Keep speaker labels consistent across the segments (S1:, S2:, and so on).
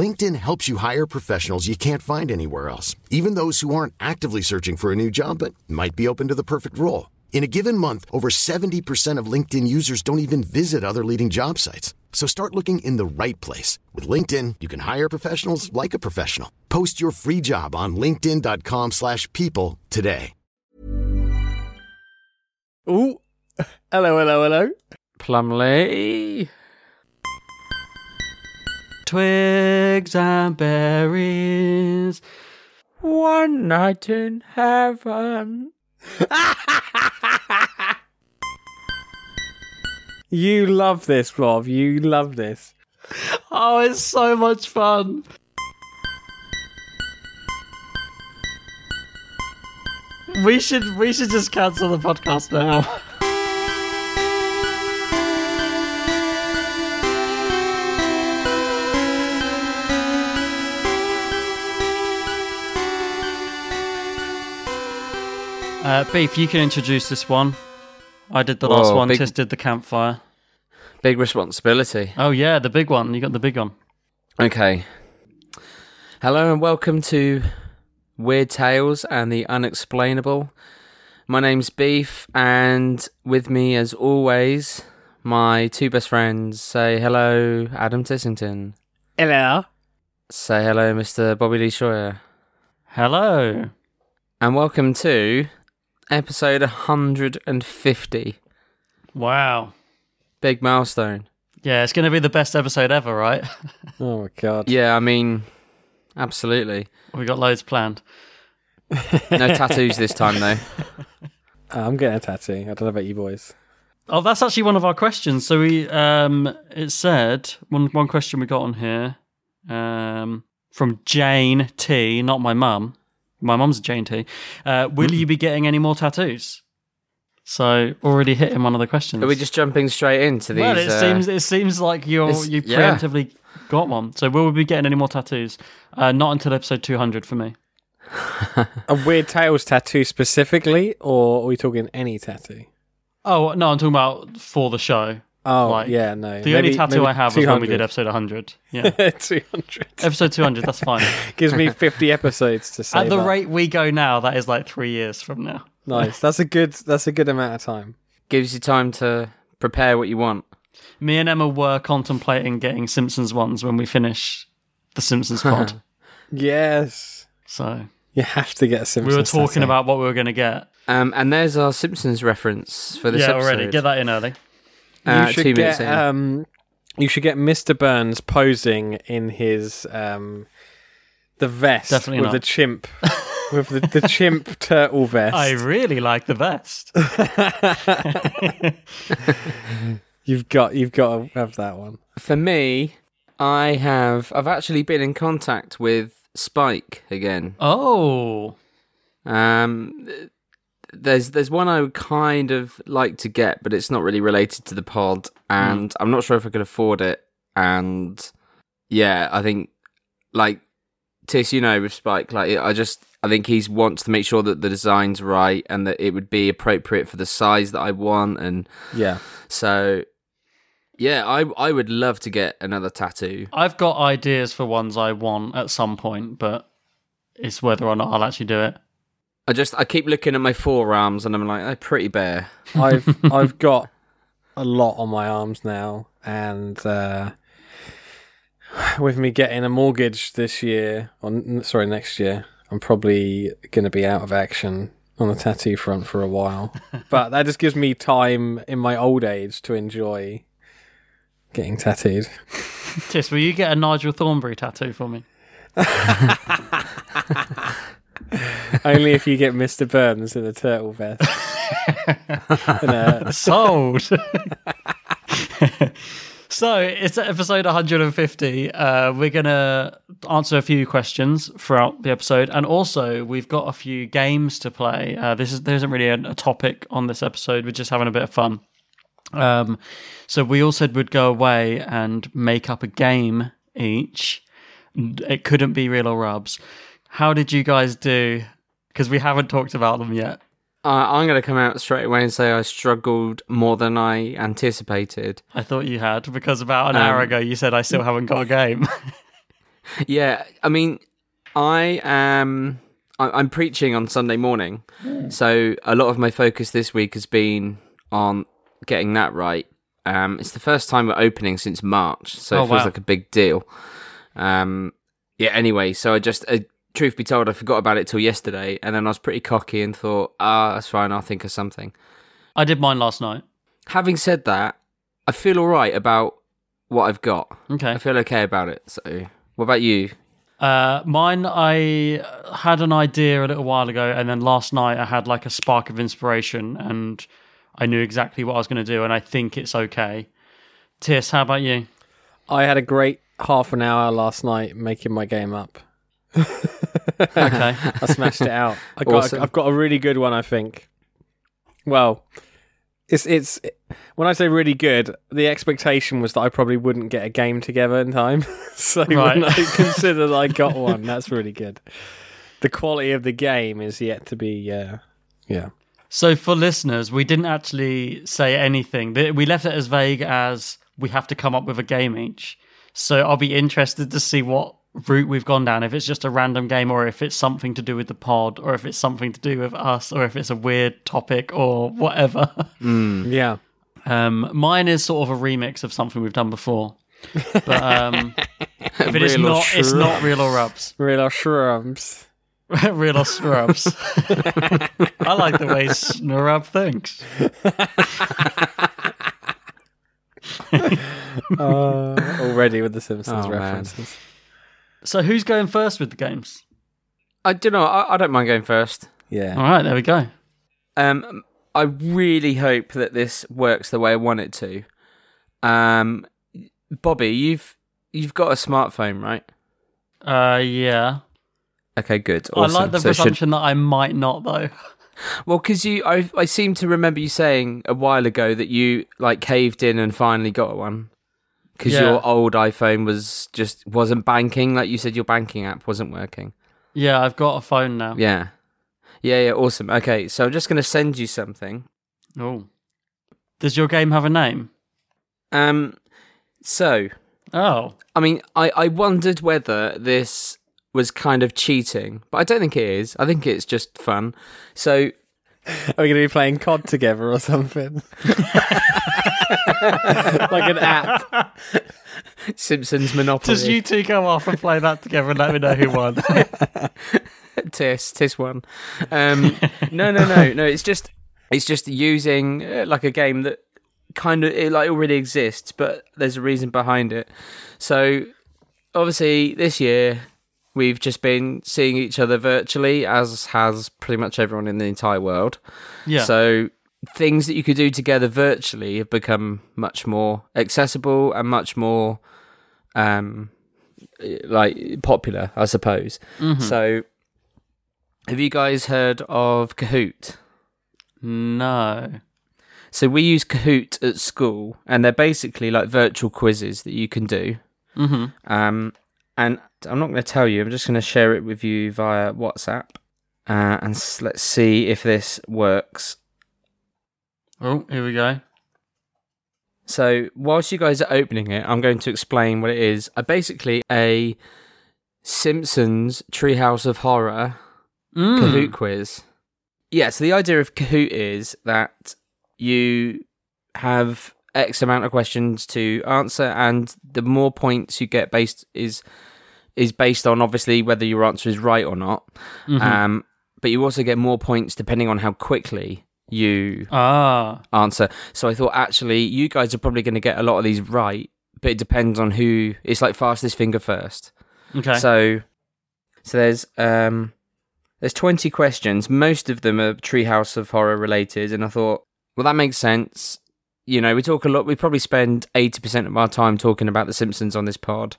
S1: LinkedIn helps you hire professionals you can't find anywhere else, even those who aren't actively searching for a new job but might be open to the perfect role. In a given month, over 70% of LinkedIn users don't even visit other leading job sites. So start looking in the right place. With LinkedIn, you can hire professionals like a professional. Post your free job on linkedin.com/people slash people today.
S2: Ooh. Hello, hello, hello.
S3: Plumley. Twigs and berries. One night in heaven.
S2: You love this, Rob. You love this.
S3: Oh, it's so much fun. We should we should just cancel the podcast now. Uh, Beef, you can introduce this one. I did the last
S4: Whoa,
S3: one.
S4: big-
S3: Tis did the campfire.
S4: Big responsibility.
S3: Oh yeah, the big one. You got the big one.
S4: Okay. Hello and welcome to Weird Tales and the Unexplainable. My name's Beef, and with me, as always, my two best friends. Say hello, Adam Tissington.
S2: Hello.
S4: Say hello, Mr. Bobby Lee Sawyer.
S3: Hello.
S4: And welcome to episode 150.
S3: Wow.
S4: Big milestone.
S3: Yeah, it's going to be the best episode ever, right?
S2: Oh my god.
S4: Yeah, I mean, absolutely.
S3: we got loads planned.
S4: No tattoos this time, though.
S2: Uh, I'm getting a tattoo. I don't know about you boys.
S3: Oh, that's actually one of our questions. So we um it said one one question we got on here um from Jane T, not my mum. My mum's Jane T. Uh, will
S4: Mm.
S3: you be getting any more tattoos? So already hitting one of the questions.
S4: Are we just jumping straight into these?
S3: well, it
S4: uh,
S3: seems it seems like you
S4: it's-
S3: you
S4: yeah.
S3: preemptively got one. So will we be getting any more tattoos? Uh, not until episode two hundred for me.
S2: A weird tails tattoo specifically, or are we talking any tattoo?
S3: Oh no, I'm talking about for the show.
S2: Oh
S3: Like,
S2: yeah, no.
S3: The only tattoo I have was when we did episode 100. Yeah.
S2: two hundred.
S3: episode 200, that's fine.
S2: Gives me fifty episodes to save.
S3: At the
S2: up.
S3: rate we go now, that is like three years from now.
S2: nice. That's a good. That's a good amount of time.
S4: gives you time to prepare what you want.
S3: Me and Emma were contemplating getting Simpsons ones when we finish the Simpsons pod.
S2: Yes,
S3: so
S2: you have to get a
S3: we
S2: Simpsons.
S3: were talking
S2: tattoo.
S3: about what we were going to get.
S4: Um, and there's our Simpsons reference for this
S3: yeah,
S4: episode.
S3: already. Get that in early.
S4: Uh,
S2: you should
S4: two minutes
S2: get,
S4: in.
S2: um, you should get Mr. Burns posing in his um, the vest
S3: Definitely
S2: with
S3: not.
S2: the chimp, with the, the chimp turtle vest.
S3: I really like the vest.
S2: You've got you've got to have that one.
S4: For me, I have I've actually been in contact with Spike again.
S3: oh.
S4: Um, th- there's there's one I would kind of like to get, but it's not really related to the pod, and I'm not sure if I could afford it. And yeah, I think like Tis, you know, with Spike, like I just I think he's wants to make sure that the design's right and that it would be appropriate for the size that I want, and
S2: Yeah,
S4: so yeah, I I would love to get another tattoo.
S3: I've got ideas for ones I want at some point, but it's whether or not I'll actually do it.
S4: I just I keep looking at my forearms and I'm like, they're pretty bare.
S2: I've I've got a lot on my arms now, and uh, with me getting a mortgage this year, or n- sorry, next year, I'm probably going to be out of action on the tattoo front for a while, but that just gives me time in my old age to enjoy getting tattooed.
S3: Tis, will you get a Nigel Thornberry tattoo for me?
S2: Only if you get Mr. Burns in a turtle vest. and uh, a
S3: Sold. so it's episode 150. Uh, we're gonna answer a few questions throughout the episode, and also we've got a few games to play. Uh, this is there isn't really a, a topic on this episode. We're just having a bit of fun. Um, so we all said we'd go away and make up a game each. It couldn't be real or rubs. How did you guys do? Because we haven't talked about them yet.
S4: Uh, I'm going to come out straight away and say I struggled more than I anticipated.
S3: I thought you had because about an hour ago you said I still haven't got a game.
S4: Yeah, I mean, I am. I- I'm preaching on Sunday morning,
S3: Hmm.
S4: so a lot of my focus this week has been on getting that right. Um, it's the first time we're opening since March, so
S3: Oh,
S4: it feels
S3: wow.
S4: like a big deal. Um, yeah. Anyway, so I just, uh, truth be told, I forgot about it till yesterday, and then I was pretty cocky and thought, ah, that's fine. I'll think of something.
S3: I did mine last night.
S4: Having said that, I feel all right about what I've got.
S3: Okay.
S4: I feel okay about it. So, what about you?
S3: Uh, mine, I had an idea a little while ago, and then last night I had like a spark of inspiration and I knew exactly what I was going to do, and I think it's okay. Tis, how about you?
S2: I had a great half an hour last night making my game up.
S3: Okay.
S2: I smashed it out. I got,
S4: Awesome.
S2: I've got a really good one, I think. Well, it's it's when I say really good, the expectation was that I probably wouldn't get a game together in time. so
S3: Right.
S2: when I consider that I got one, that's really good. The quality of the game is yet to be. Uh, yeah,
S3: so, for listeners, we didn't actually say anything. Th- We left it as vague as we have to come up with a game each. So, I'll be interested to see what route we've gone down if it's just a random game, or if it's something to do with the pod, or if it's something to do with us, or if it's a weird topic, or whatever.
S2: yeah.
S3: Um, mine is sort of a remix of something we've done before, but um, if it is
S4: Real or
S3: not, it's not real or rubs.
S2: Real or shrooms.
S3: real or scrubs. I like the way Snurub thinks.
S2: Uh, already with the Simpsons
S4: Oh, man.
S2: references.
S3: So who's going first with the games?
S4: I don't know. I, I don't mind going first.
S2: Yeah.
S3: All right, there we go.
S4: Um, I really hope that this works the way I want it to. Um, Bobby, you've you've got a smartphone, right?
S3: Uh, yeah.
S4: Okay, good. Awesome.
S3: I like the
S4: So it should-
S3: presumption that I might not though.
S4: well, because you, I, I seem to remember you saying a while ago that you like caved in and finally got one because
S3: Yeah.
S4: your old iPhone was just wasn't banking. Like you said, your banking app wasn't working.
S3: Yeah, I've got a phone now.
S4: Yeah, yeah, yeah. Awesome. Okay, so I'm just gonna send you something.
S3: Oh. Does your game have a name?
S4: Um, so
S3: Oh.
S4: I mean, I, I wondered whether this was kind of cheating, but I don't think it is. I think it's just fun. So,
S2: Are we going to be playing COD together or something? like an app.
S4: Simpsons Monopoly.
S3: Does you two go off and play that together and let me know who won?
S4: Tis, tis one. Um, no, no, no, no. It's just, it's just using uh, like a game that kind of it like already exists, but there's a reason behind it. So, obviously, this year we've just been seeing each other virtually, as has pretty much everyone in the entire world.
S3: yeah.
S4: So things that you could do together virtually have become much more accessible and much more um like popular, I suppose.
S3: Mm-hmm.
S4: So have you guys heard of Kahoot?
S3: no.
S4: So we use Kahoot at school and they're basically like virtual quizzes that you can do.
S3: Mm-hmm.
S4: Um and I'm not going to tell you. I'm just going to share it with you via WhatsApp. Uh, and s- let's see if this works.
S3: Oh, here we go.
S4: So, whilst you guys are opening it, I'm going to explain what it is. Uh, basically, a Simpsons Treehouse of Horror
S3: Mm.
S4: Kahoot quiz. Yeah, so the idea of Kahoot is that you have X amount of questions to answer, and the more points you get
S3: Mm-hmm.
S4: based is is based on obviously whether your answer is right or not. Um, but you also get more points depending on how quickly you
S3: Ah,
S4: answer. So I thought actually you guys are probably going to get a lot of these right, but it depends on who. It's like fastest finger first.
S3: okay.
S4: So so there's um there's 20 questions. Most of them are Treehouse of Horror related and I thought well that makes sense. You know, we talk a lot. We probably spend 80% of our time talking about the Simpsons on this pod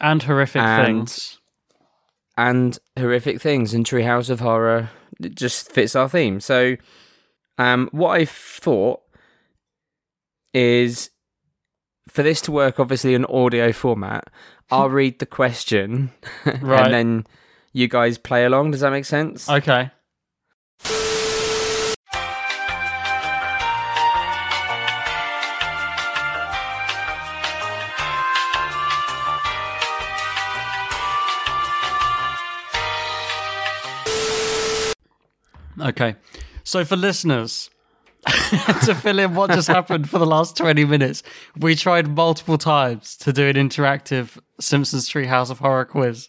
S3: and horrific
S4: and-
S3: things.
S4: and horrific things and Treehouse of Horror it just fits our theme. So, um, what I thought is for this to work, obviously, in audio format, I'll read the question
S3: Right.
S4: and then you guys play along. Does that make sense?
S3: Okay. Okay. So for listeners, to fill in what just happened for the last 20 minutes, we tried multiple times to do an interactive Simpsons Treehouse of Horror quiz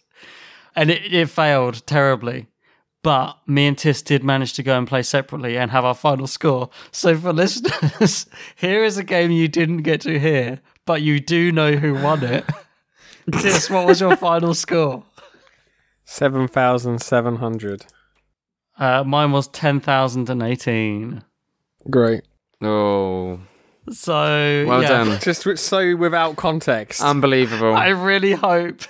S3: and it, it failed terribly. But me and Tis did manage to go and play separately and have our final score. So for listeners, here is a game you didn't get to hear, but you do know who won it. Tis, what was your final score?
S2: Seven thousand seven hundred.
S3: Uh, mine was ten thousand and eighteen.
S2: Great.
S4: Oh,
S3: So
S4: well
S3: yeah.
S4: done.
S2: Just w- so without context.
S4: Unbelievable.
S3: I really hope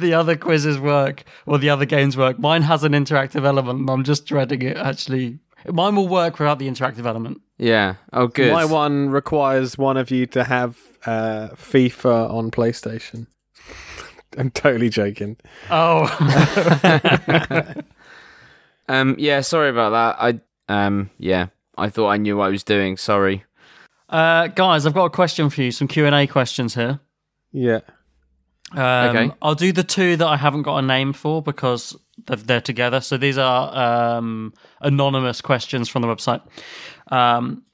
S3: the other quizzes work or the other games work. Mine has an interactive element, and I'm just dreading it. Actually, mine will work without the interactive element.
S4: yeah. Oh, good.
S2: My one requires one of you to have uh, FIFA on PlayStation. I'm totally joking.
S3: Oh.
S4: Um, yeah, sorry about that. I, um, yeah, I thought I knew what I was doing. Sorry.
S3: Uh, guys, I've got a question for you. Some Q and A questions here.
S2: Yeah.
S3: Um,
S4: Okay.
S3: I'll do the two that I haven't got a name for because they're, they're together. So these are um, anonymous questions from the website. Um,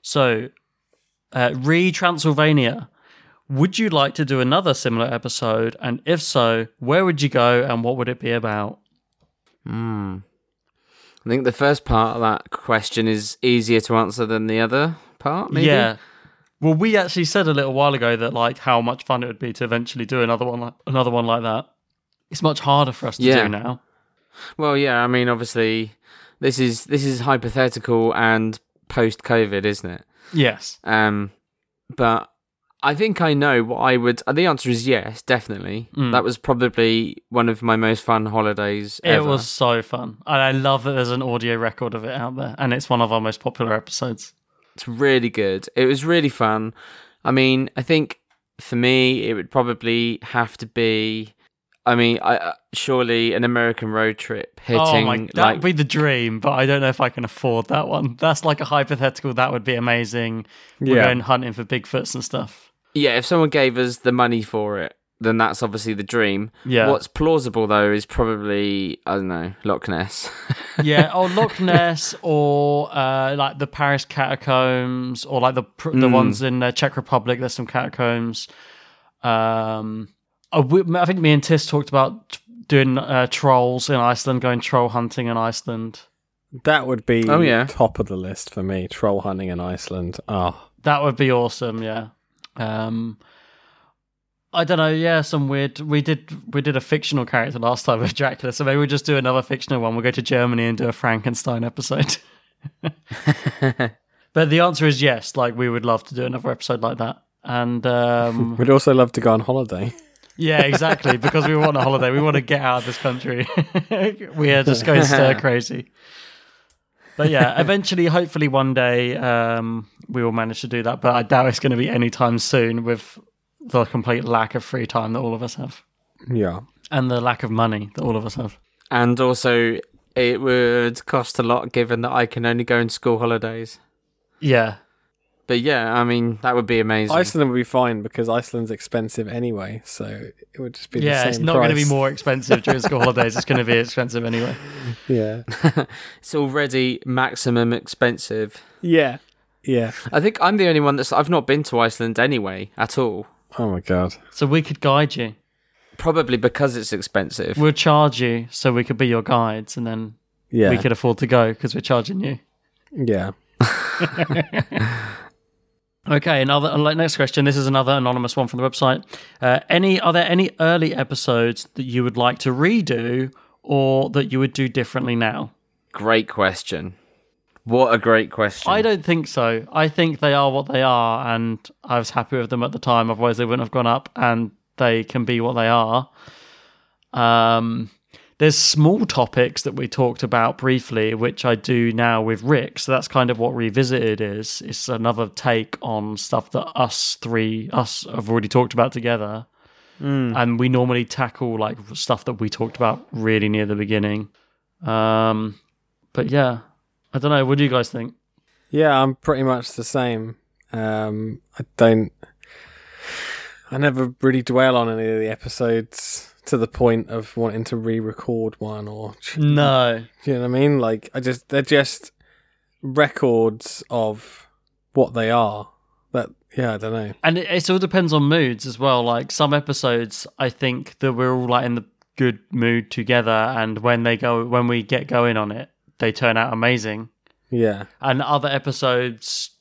S3: so, uh, re Transylvania. Would you like to do another similar episode? And if so, where would you go and what would it be about?
S4: I think the first part of that question is easier to answer than the other part, maybe.
S3: Yeah. Well, we actually said a little while ago that like how much fun it would be to eventually do another one, like, another one like that. It's much harder for us to
S4: Yeah.
S3: do now.
S4: Well, yeah, I mean obviously this is this is hypothetical and post COVID, isn't it?
S3: Yes.
S4: Um but I think I know what I would uh, the answer is yes, definitely. That was probably one of my most fun holidays ever.
S3: Mm. It was so fun. And I love that there's an audio record of it out there. And it's one of our most popular episodes.
S4: It's really good. It was really fun. I mean, I think for me, it would probably have to be. I mean, I, uh, surely an American road trip hitting
S3: oh my, that
S4: like
S3: would be the dream, but I don't know if I can afford that one. That's like a hypothetical. That would be amazing. We're
S2: Yeah.
S3: going hunting for Bigfoots and stuff.
S4: yeah. If someone gave us the money for it, then that's obviously the dream.
S3: Yeah.
S4: What's plausible though is probably I don't know Loch Ness.
S3: yeah, or Loch Ness, or uh, like the Paris catacombs, or like the pr- the
S4: Mm.
S3: ones in uh, Czech Republic. There's some catacombs. Um, I, w- I think me and Tis talked about doing uh, trolls in Iceland, going troll hunting in Iceland.
S2: That would be
S4: Oh, yeah.
S2: top of the list for me. Troll hunting in Iceland. Oh,
S3: That would be awesome, yeah. Um I don't know, yeah, some weird we did we did a fictional character last time with Dracula, so maybe we'll just do another fictional one. We'll go to Germany and do a Frankenstein episode. but the answer is yes, like we would love to do another episode like that. And um
S2: we'd also love to go on holiday.
S3: yeah, exactly, because we want a holiday. We want to get out of this country. we are just going stir crazy. But yeah, eventually, hopefully, one day um, we will manage to do that. But I doubt it's going to be anytime soon with the complete lack of free time that all of us have
S2: Yeah.
S3: and the lack of money that all of us have.
S4: and also, it would cost a lot given that I can only go on school holidays.
S3: Yeah.
S4: But yeah, I mean that would be amazing.
S2: Iceland would be fine because Iceland's expensive anyway, so it would just be the
S3: Yeah,
S2: same
S3: it's not
S2: price.
S3: going to be more expensive during school holidays. It's going to be expensive anyway.
S2: Yeah.
S4: It's already maximum expensive.
S2: Yeah. Yeah.
S4: I think I'm the only one that's I've not been to Iceland anyway at all.
S2: Oh my god.
S3: So we could guide you.
S4: Probably because it's expensive.
S3: We'll charge you so we could be your guides and then
S2: Yeah.
S3: we could afford to go because we're charging you.
S2: yeah.
S3: Okay, another uh, next question. This is another anonymous one from the website. Uh, any are there any early episodes that you would like to redo or that you would do differently now?
S4: Great question. What a great question.
S3: I don't think so. I think they are what they are, and I was happy with them at the time. Otherwise, they wouldn't have gone up, and they can be what they are. Um, there's small topics that we talked about briefly, which I do now with Rick. So that's kind of what Revisited is. It's another take on stuff that us three, us, have already talked about together. And we normally tackle like stuff that we talked about really near the beginning. Um, but yeah, I don't know. What do you guys think?
S2: Yeah, I'm pretty much the same. Um, I don't. I never really dwell on any of the episodes to the point of wanting to re-record one or
S3: No.
S2: you know what I mean. Like I just they're just records of what they are. That yeah, I don't know.
S3: And it, it all depends on moods as well. Like some episodes, I think that we're all like in the good mood together, and when they go, when we get going on it, they turn out amazing.
S2: Yeah,
S3: And other episodes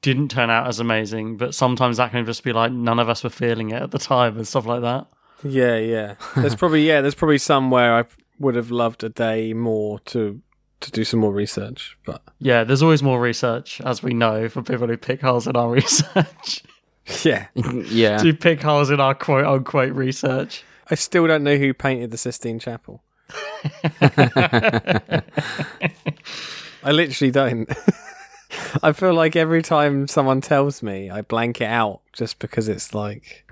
S3: didn't turn out as amazing, but sometimes that can just be like none of us were feeling it at the time and stuff like that.
S2: yeah, yeah. There's probably yeah. There's probably somewhere I would have loved a day more to to do some more research, but
S3: Yeah, there's always more research, as we know, for people who pick holes in our research,
S2: yeah.
S4: yeah.
S3: who pick holes in our quote unquote research.
S2: I still don't know who painted the Sistine Chapel. I literally don't. I feel like every time someone tells me, I blank it out just because it's like,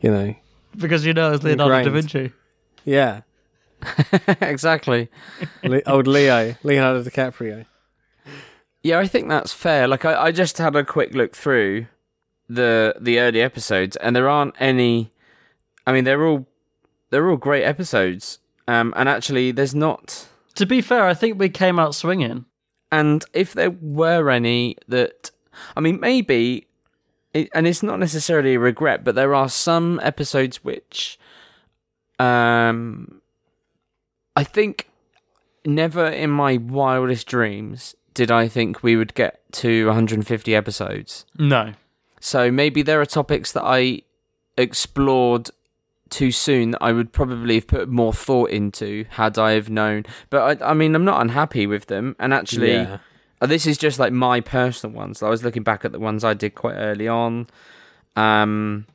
S2: you know,
S3: Because you know, it's Leonardo da
S2: Ingrained.
S3: Vinci.
S2: yeah,
S4: exactly.
S2: Le- old Leo, Leonardo DiCaprio.
S4: Yeah, I think that's fair. Like I, I just had a quick look through the the early episodes and there aren't any I mean they're all they're all great episodes. Um and actually there's not
S3: To be fair, I think we came out swinging.
S4: and if there were any that I mean maybe it, and it's not necessarily a regret, but there are some episodes which um I think never in my wildest dreams did I think we would get to 150 episodes.
S3: No.
S4: So maybe there are topics that I explored too soon that I would probably have put more thought into had I have known. But I, I mean, I'm not unhappy with them. And actually,
S2: Yeah.
S4: uh, this is just like my personal ones. I was looking back at the ones I did quite early on. Um,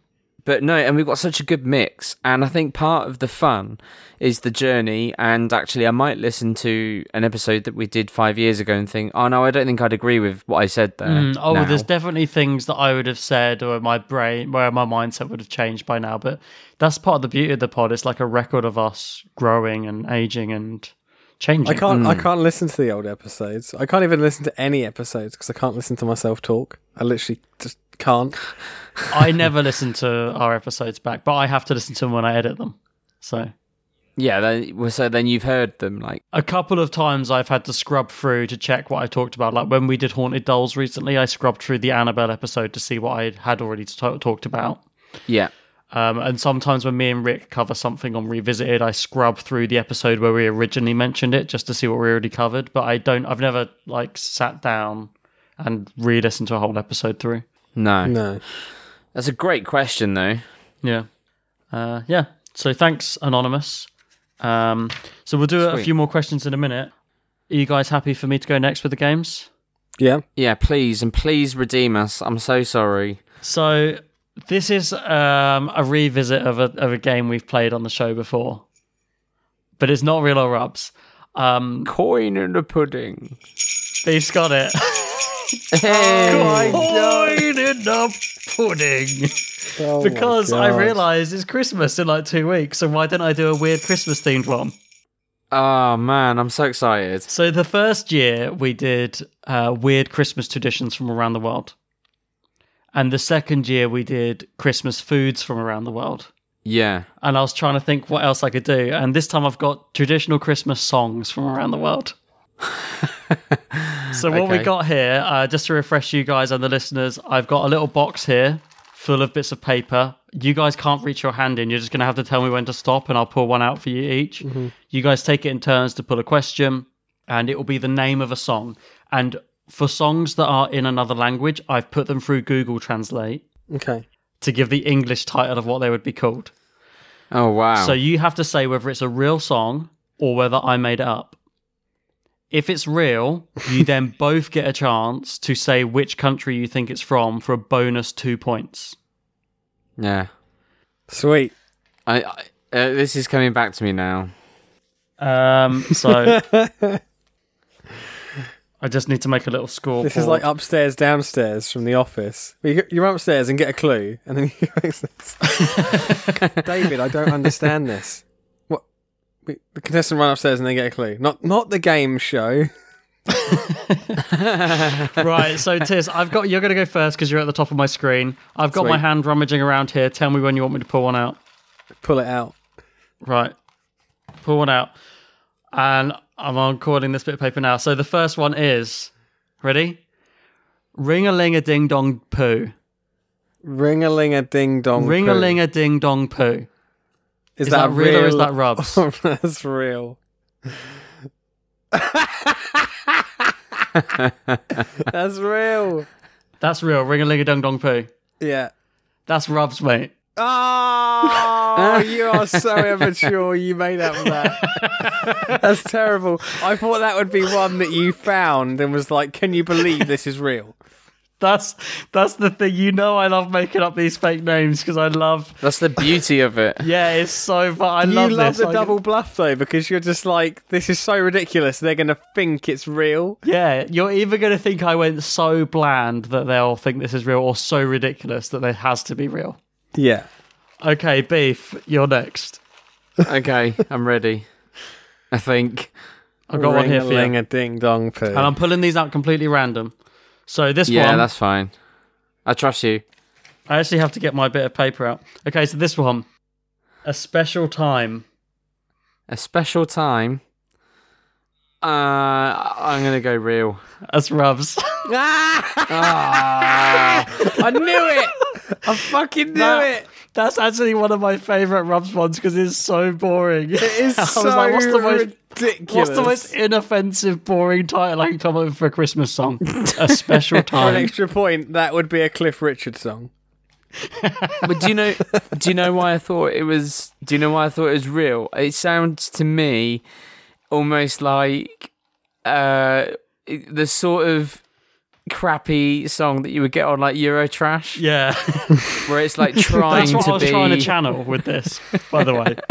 S4: but no, and we've got such a good mix. And I think part of the fun is the journey. And actually, I might listen to an episode that we did five years ago and think, oh no, I don't think I'd agree with what I said
S2: Uh,
S4: there.
S3: Mm, oh,
S4: now."
S3: there's definitely things that I would have said or my brain, where my mindset would have changed by now. But that's part of the beauty of the pod. It's like a record of us growing and aging and changing.
S2: I can't. I can't listen to the old episodes. I can't even listen to any episodes because I can't listen to myself talk. I literally just can't.
S3: I never listen to our episodes back, but I have to listen to them when I edit them. So
S4: Yeah, then, well, so then you've heard them, like,
S3: a couple of times I've had to scrub through to check what I talked about. Like when we did Haunted Dolls recently, I scrubbed through the Annabelle episode to see what I had already t- talked about.
S4: yeah,
S3: Um, and sometimes when me and Rick cover something on Revisited, I scrub through the episode where we originally mentioned it just to see what we already covered. But I don't. I've never like sat down and re-listened to a whole episode through.
S4: no.
S2: No.
S4: That's a great question, though.
S3: Yeah, uh, yeah. So thanks, anonymous. Um, so we'll do a- a
S4: Sweet.
S3: few more questions in a minute. Are you guys happy for me to go next with the games?
S2: Yeah.
S4: Yeah, please, and please redeem us. I'm so sorry.
S3: So this is um, a revisit of a of a game we've played on the show before, but it's not real or rubs. Um,
S4: Coin in the pudding.
S3: Beef's got it.
S4: Hey!
S3: Coin in the pudding.
S2: Oh my
S3: because I
S2: God.
S3: realise it's Christmas in like two weeks, so why don't I do a weird Christmas themed one?
S4: Oh, man, I'm so excited.
S3: So the first year we did uh, weird Christmas traditions from around the world, and the second year we did Christmas foods from around the world.
S4: Yeah.
S3: And I was trying to think what else I could do, and this time I've got traditional Christmas songs from around the world. So what we
S4: Okay.
S3: got here, uh, just to refresh you guys and the listeners, I've got a little box here full of bits of paper. You guys can't reach your hand in. You're just going to have to tell me when to stop, and I'll pull one out for you each. You guys take it in turns to pull a question. and it will be the name of a song. And for songs that are in another language, I've put them through Google Translate
S2: Okay.
S3: to give the English title of what they would be called.
S4: Oh wow.
S3: So you have to say whether it's a real song or whether I made it up. If it's real, you then both get a chance to say which country you think it's from for a bonus two points.
S4: yeah.
S2: Sweet.
S4: I, I uh, this is coming back to me now.
S3: Um, so I just need to make a little score.
S2: This is like upstairs, downstairs from the office. You- You're upstairs and get a clue, and then you make this. David, I don't understand this. What? we- The contestant run upstairs and they get a clue. Not not the game show.
S3: right. So Tiz, I've got you're gonna go first because you're at the top of my screen. I've got my
S2: Sweet.
S3: hand rummaging around here. Tell me when you want me to pull one out.
S2: Pull it out.
S3: Right. Pull one out. And I'm recording this bit of paper now. So the first one is ready? Ring a ling a ding dong poo.
S2: Ring a ling a ding dong.
S3: Ring a ling a ding dong poo.
S2: Is,
S3: Is that real or is that rubs?
S2: That's real. That's real.
S3: That's real. Ring a ling a ding dong poo.
S2: Yeah.
S3: That's rubs, mate.
S2: Oh, you are so immature. You made up that. That's terrible. I thought that would be one that you found and was like, can you believe this is real?
S3: That's that's the thing. You know I love making up these fake names because I love
S4: That's the beauty of it.
S3: yeah, it's so fun. I
S2: you
S3: love
S2: love
S3: this.
S2: the
S3: I-
S2: double bluff though, because you're just like, this is so ridiculous. They're going to think it's real.
S3: Yeah, you're either going to think I went so bland that they'll think this is real or so ridiculous that it has to be real.
S2: Yeah.
S3: Okay, Beef, you're next.
S4: Okay, I'm ready. I think.
S3: I've got one here for you.
S2: Ring a ding dong poo.
S3: And I'm pulling these out completely random. So this
S4: Yeah,
S3: one,
S4: that's fine. I trust you.
S3: I actually have to get my bit of paper out. Okay, so this one, a special time.
S4: A special time. Uh, I'm gonna go real.
S3: That's rubs.
S2: I knew it. I fucking knew
S3: That-
S2: it.
S3: That's actually one of my favorite rubs ones because it's so boring. It
S2: It's so
S3: what's the most,
S2: ridiculous.
S3: what's the most inaffensive, boring title I can come up with for a Christmas song? a special
S2: For an
S3: time.
S2: extra point, that would be a Cliff Richard song.
S4: But do you know? do you know why I thought it was? Do you know why I thought it was real? It sounds to me almost like uh the sort of crappy song that you would get on like Eurotrash,
S3: Yeah.
S4: where it's like trying
S3: That's what
S4: to
S3: I was
S4: be.
S3: trying to channel with this, by the way.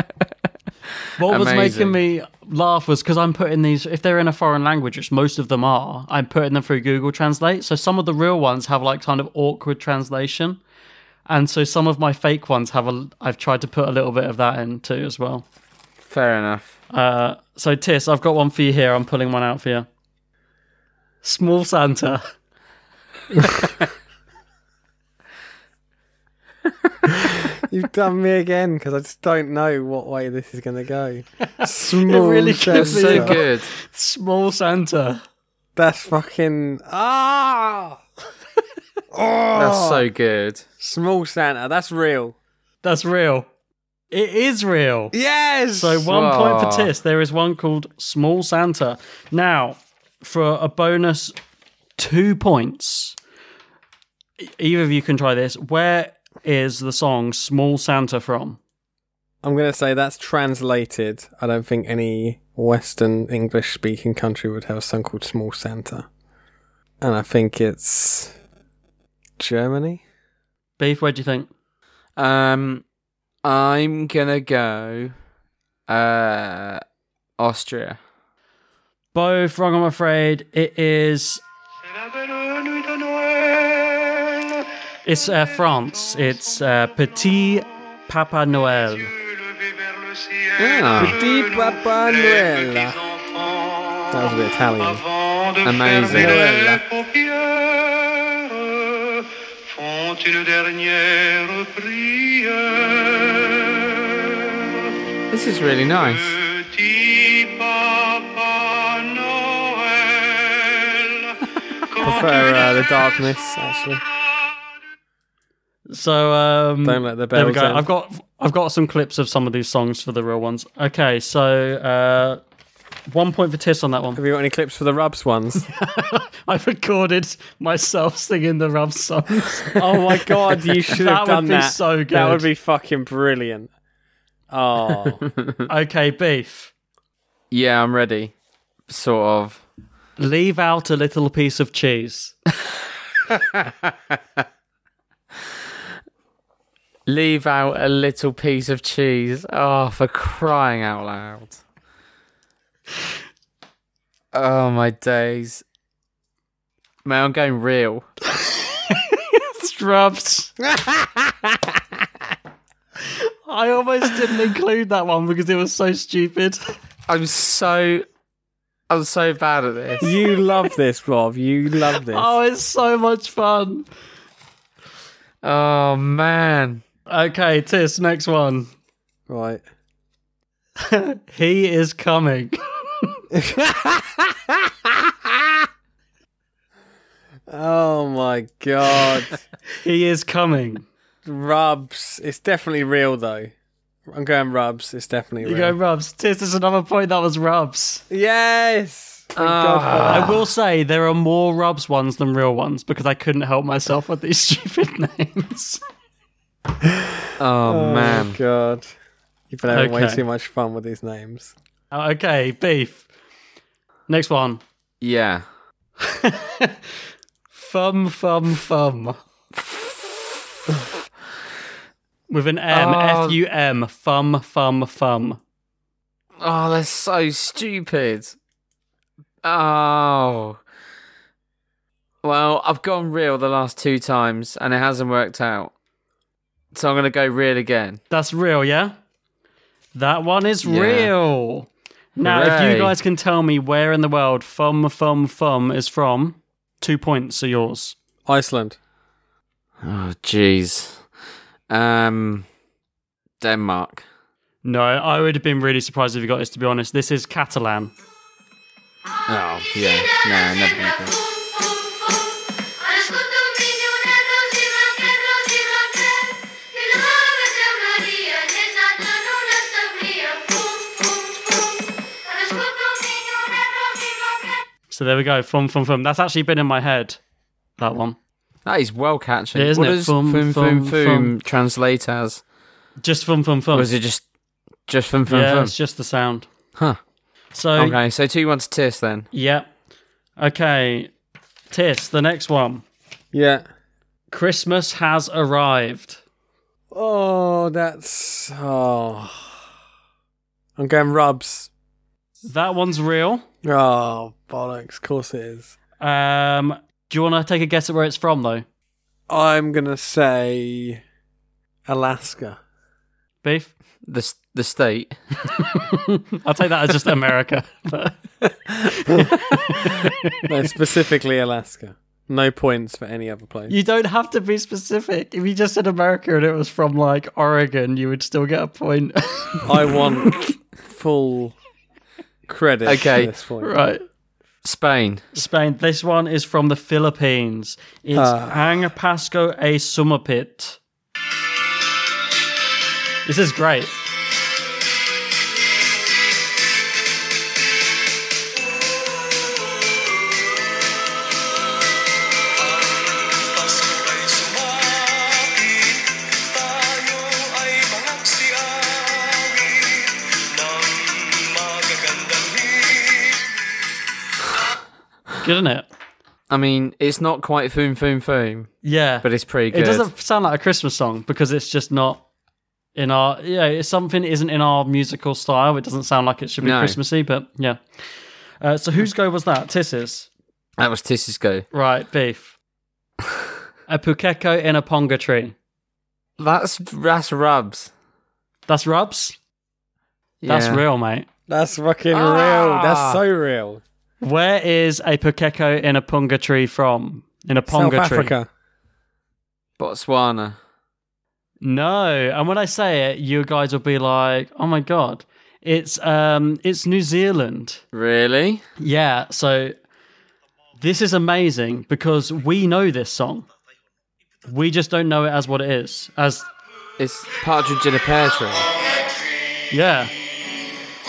S3: What was
S4: Amazing.
S3: making me laugh was because I'm putting these, if they're in a foreign language, which most of them are, I'm putting them through Google Translate. So some of the real ones have like kind of awkward translation. And so some of my fake ones have a, I've tried to put a little bit of that in too as well.
S4: Fair enough.
S3: Uh, so Tis, I've got one for you here. I'm pulling one out for you. Small Santa.
S2: You've done me again because I just don't know what way this is going to go. Small
S3: It really
S2: Santa.
S3: gives me-
S4: So good.
S3: Small Santa.
S2: That's fucking ah.
S4: That's
S3: Oh.
S4: so good.
S2: Small Santa. That's real.
S3: That's real. It is real.
S2: Yes.
S3: So one point for
S2: Ah.
S4: Aw.
S3: Tis. There is one called Small Santa. Now, for a bonus two points, e- either of you can try this. Where is the song Small Santa from?
S2: I'm going to say that's translated. I don't think any Western English speaking country would have a song called Small Santa. And I think it's Germany.
S3: Beef, where do you think?
S4: Um, I'm gonna go, uh, Austria.
S3: Both wrong, I'm afraid. It is. It's uh, France. It's uh, Petit Papa Noel.
S4: Ah,
S2: Petit Papa Noël. That was a bit Italian.
S4: amazing.
S2: Noël.
S5: font une dernière prière.
S4: This is really nice.
S5: Petit Papa Noël.
S2: Prefer uh, the darkness, actually.
S3: So um,
S2: Don't let the
S3: there we
S2: bells
S3: go.
S2: in.
S3: I've got I've got some clips of some of these songs for the real ones. Okay, so uh, One point for Tiss on that one.
S2: Have you got any clips for the Rubs ones?
S3: I've recorded myself singing the Rub songs.
S2: oh my god, you should have
S3: That would
S2: done
S3: be
S2: that.
S3: so good.
S2: That would be fucking brilliant. Oh,
S3: okay, Beef.
S4: Yeah, I'm ready. Sort of.
S3: Leave out a little piece of cheese.
S4: Leave out a little piece of cheese. Oh, for crying out loud. Oh, my days. Man, I'm going real.
S3: Strubs. I almost didn't include that one because it was so stupid.
S4: I'm so. I'm so bad at this.
S2: you love this, Rob. You love this.
S3: Oh, it's so much fun.
S4: Oh, man.
S3: Okay, Tiss, next one.
S2: Right.
S3: He is coming.
S2: Oh my god.
S3: He is coming.
S2: Rubs. It's definitely real though. I'm going Rubs. It's definitely
S3: You
S2: real.
S3: go rubs. Tiss is another point that was rubs.
S2: yes. Thank God
S4: Ah.
S3: I will say there are more rubs ones than real ones because I couldn't help myself with these stupid names.
S4: Oh,
S2: for that. Oh,
S4: man.
S2: god. You've been having way
S3: Okay.
S2: too much fun with these names.
S3: Uh, okay, beef. Next one.
S4: Yeah.
S3: Fum fum fum. With an M,
S4: Oh.
S3: F U M, fum fum fum.
S4: Oh, they're so stupid. Oh. Well, I've gone real the last two times and it hasn't worked out. So I'm going to go real again.
S3: That's real, yeah? That one is
S4: Yeah.
S3: real. Now, if
S4: Hooray.
S3: you guys can tell me where in the world fum fum fum is from, two points are yours.
S2: Iceland.
S4: Oh, jeez. Um, Denmark.
S3: No, I would have been really surprised if you got this, to be honest. This is Catalan.
S4: Oh, yeah. No, never going to
S3: So there we go. Fum fum fum. That's actually been in my head. That one.
S4: That is well catching.
S3: Yeah, isn't
S4: what
S3: it?
S4: does
S3: Fum,
S4: foom foom
S3: fum,
S4: foom,
S3: fum.
S4: translate as?
S3: Just fum fum fum.
S4: Or is it just just foom foom
S3: yeah,
S4: foom?
S3: it's just the sound.
S4: Huh.
S3: So
S4: Okay, so two one to Tiss then.
S3: yeah. Okay. Tis, the next one.
S2: Yeah.
S3: Christmas has arrived.
S2: Oh, that's oh. I'm going Rubs.
S3: That one's real.
S2: Oh bollocks! Of course it is.
S3: Um do you wanna take a guess at where it's from though?
S2: I'm gonna say Alaska.
S3: Beef?
S4: The s- the state.
S3: I'll take that as just America. But-
S2: No, specifically Alaska. No points for any other place.
S3: you don't have to be specific. If you just said America and it was from like Oregon, you would still get a point.
S2: I want full credit.
S4: Okay.
S2: For this point.
S3: right.
S4: Spain.
S3: Spain. This one is from the Philippines. It's
S4: Ah.
S3: Ang Pasco a Sumapit. This is great. Good, isn't it?
S4: I mean, it's not quite foom foom foom,
S3: Yeah.
S4: but it's pretty good.
S3: it doesn't sound like a Christmas song because it's just not in our yeah, it's something that isn't in our musical style. It doesn't sound like it should be
S4: No.
S3: Christmassy, but yeah. Uh, so whose go was that? Tiss's.
S4: That was Tiss's go.
S3: Right, beef. a pukeko in a ponga tree.
S4: That's that's rubs.
S3: That's rubs? That's
S4: Yeah.
S3: real, mate.
S2: That's fucking real.
S4: Ah!
S2: That's so real.
S3: Where is a Pokeko in a Punga tree from? In a Ponga
S2: South
S3: tree.
S2: Africa.
S4: Botswana.
S3: No. And when I say it, you guys will be like, oh my god. It's um it's New Zealand.
S4: Really?
S3: Yeah, so this is amazing because we know this song. We just don't know it as what it is. As
S4: It's partridge in a pear tree.
S3: yeah.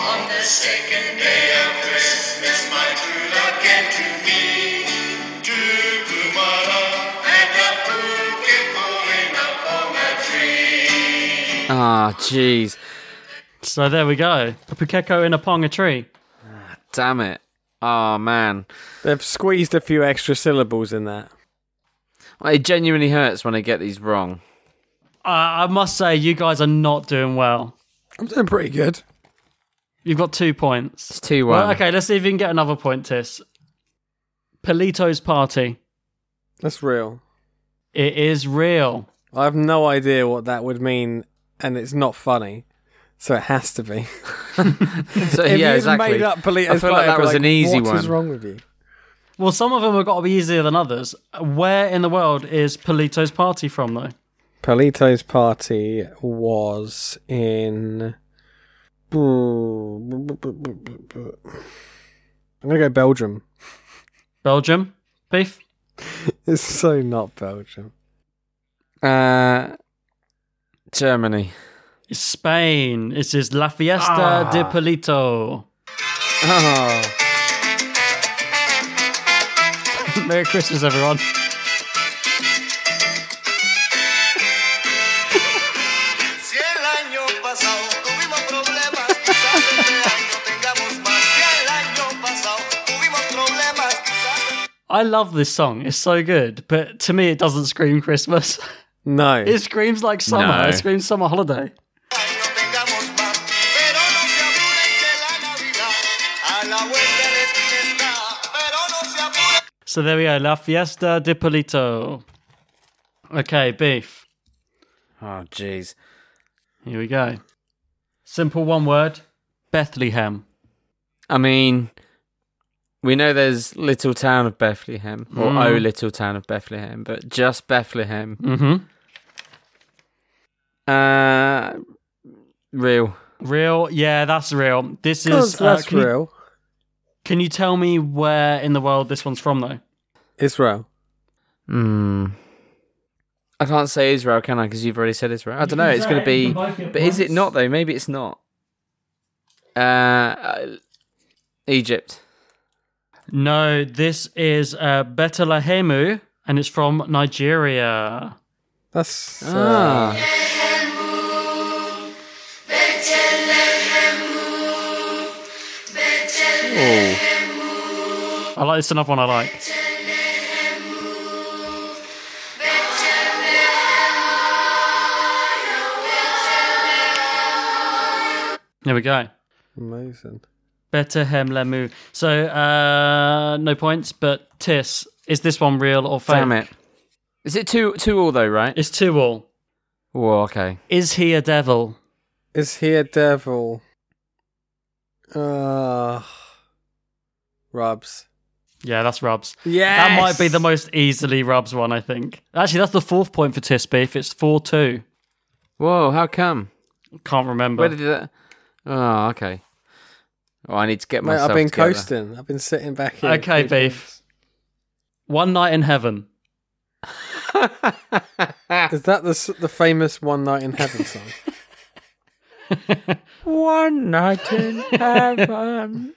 S5: On the second day of
S4: Ah, jeez.
S3: So there we go. A pukeko in a ponga tree.
S4: Damn it. Oh, man.
S2: They've squeezed a few extra syllables in that.
S4: It genuinely hurts when I get these wrong.
S3: I I must say, you guys are not doing well.
S2: I'm doing pretty good.
S3: You've got two points.
S4: It's 2 1.
S3: Well, okay, let's see if you can get another point, Tis. Polito's party.
S2: That's real.
S3: It is real.
S2: I have no idea what that would mean, and it's not funny, so it has to be.
S4: So,
S2: if
S4: yeah,
S2: you've
S4: exactly.
S2: made up Polito's
S4: I feel like that
S2: Bio,
S4: was an easy
S2: What is
S4: one.
S2: wrong with you?
S3: Well, some of them have got to be easier than others. Where in the world is Polito's party from, though?
S2: Polito's party was in. I'm gonna go Belgium.
S3: Belgium? Beef?
S2: It's so not Belgium.
S4: Uh, Germany.
S3: It's Spain. It is La
S4: Ah.
S3: Fiesta de Polito.
S4: Oh.
S3: Merry Christmas, everyone.
S6: Si el año pasado tuvimos problemas, quizás este año tengamos más. Si el año pasado tuvimos problemas, quizás
S3: I love this song. It's so good, but to me, it doesn't scream Christmas.
S2: No,
S3: It screams like summer.
S4: No.
S3: It screams summer holiday.
S6: este año tengamos más. Pero no se apuren que la Navidad a la vuelta de la esquina está. Pero no se apuren.
S3: So there we go, La Fiesta de Polito. Okay, beef.
S4: Oh, jeez.
S3: Here we go. Simple one word Bethlehem.
S4: I mean, we know there's Little Town of Bethlehem, or
S3: Mm.
S4: Oh Little Town of Bethlehem, but just Bethlehem.
S3: Mm
S4: Uh, real.
S3: hmm. Real? Yeah, that's real. This
S2: God,
S3: is. uh,
S2: that's
S3: can you-
S2: real.
S3: can you tell me where in the world this one's from, though?
S2: Israel.
S4: Hmm. I can't say Israel, can I? Because you've already said Israel. I don't know. It's going to be. But is it not, though? Maybe it's not. Uh, Uh, Egypt.
S3: No, this is uh, Bethlehemu, and it's from Nigeria.
S2: That's uh,
S4: Ah. Oh.
S3: I like this another one I like. There we go.
S2: amazing.
S3: Bethlehem Lemu. So uh, no points, but Tis, is this one real or fake?
S4: Damn it. Is it two two all though, right?
S3: It's two all.
S4: Oh, okay.
S3: Is he a devil?
S2: Is he a devil? Uh, rubs.
S3: Yeah, that's Rubs.
S2: Yeah,
S3: That might be the most easily Rubs one, I think. Actually, that's the fourth point for Tis Beef. It's 4 2.
S4: Whoa, how come?
S3: Can't remember.
S4: Where did that? Oh, okay. Oh, I need to get
S2: Mate,
S4: myself.
S2: I've been
S4: together.
S2: coasting. I've been sitting back here.
S3: Okay,
S2: thinking.
S3: Beef. One Night in Heaven.
S2: Is that the s- the famous One Night in Heaven song?
S4: One night in heaven.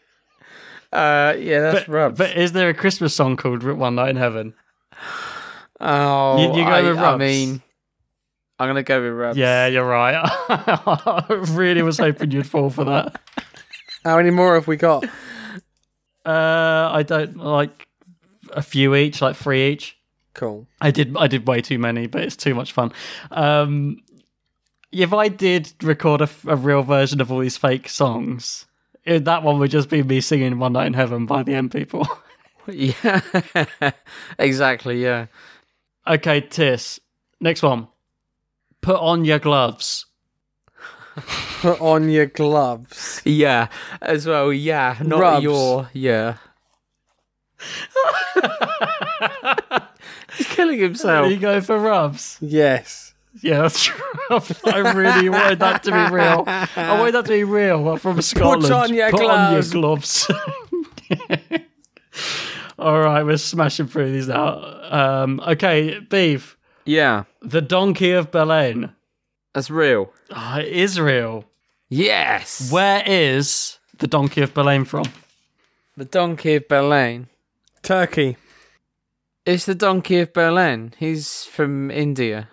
S4: uh, yeah, that's
S3: But,
S4: rubs.
S3: but is there a Christmas song called One Night in Heaven?
S4: oh,
S3: you- you go
S4: I,
S3: with
S4: I
S3: rubs?
S4: mean, I'm gonna go with rubs.
S3: Yeah, you're right. I really was hoping you'd fall for that.
S2: How many more have we got?
S3: Uh, I don't like a few each, like three each.
S2: Cool.
S3: I did I did way too many, but it's too much fun. Um, if I did record a, f- a real version of all these fake songs, eh, that one would just be me singing "One Night in Heaven" by the M People.
S4: yeah, exactly. Yeah.
S3: okay, Tis. Next one. Put on your gloves.
S2: Put on your gloves.
S4: Yeah, as well. Yeah, not
S2: Rubs.
S4: your. Yeah. He's killing
S3: There
S4: himself.
S3: you go for rubs.
S2: Yes.
S3: Yeah, that's true. I really wanted that to be real. I wanted that to be real. Well, from Scotland.
S2: on your
S3: Put on your
S2: gloves.
S3: gloves. All right, we're smashing through these now. Um, okay, beef.
S4: Yeah,
S3: The donkey of Berlin.
S4: that's real.
S3: Ah, Israel.
S4: Yes.
S3: Where is the donkey of Berlin from?
S4: the donkey of Berlin.
S2: Turkey.
S4: It's the donkey of Berlin. He's from India.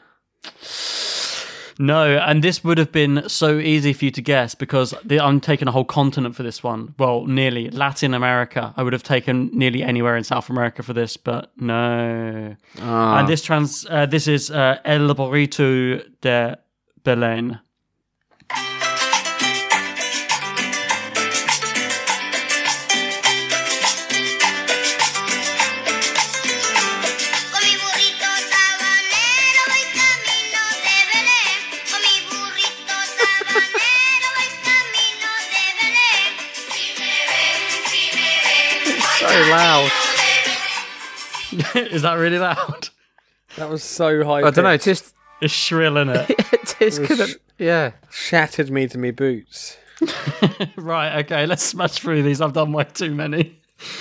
S3: No, and this would have been so easy for you to guess because the, I'm taking a whole continent for this one. Well, nearly Latin America. I would have taken nearly anywhere in South America for this, but no. And this trans uh, this is uh, El Burrito de Belén.
S7: Con mi burrito sabanero voy camino de Belén. Con mi burrito sabanero voy camino de Belén. Si me ven, si me ven.
S3: So loud. is that really loud?
S2: That was so high.
S4: I don't know.
S2: pitched.
S4: Just
S3: It's shrill, is it?
S4: it just couldn't. Yeah.
S2: shattered me to me boots.
S3: Right, okay, let's smash through these. I've done way too many.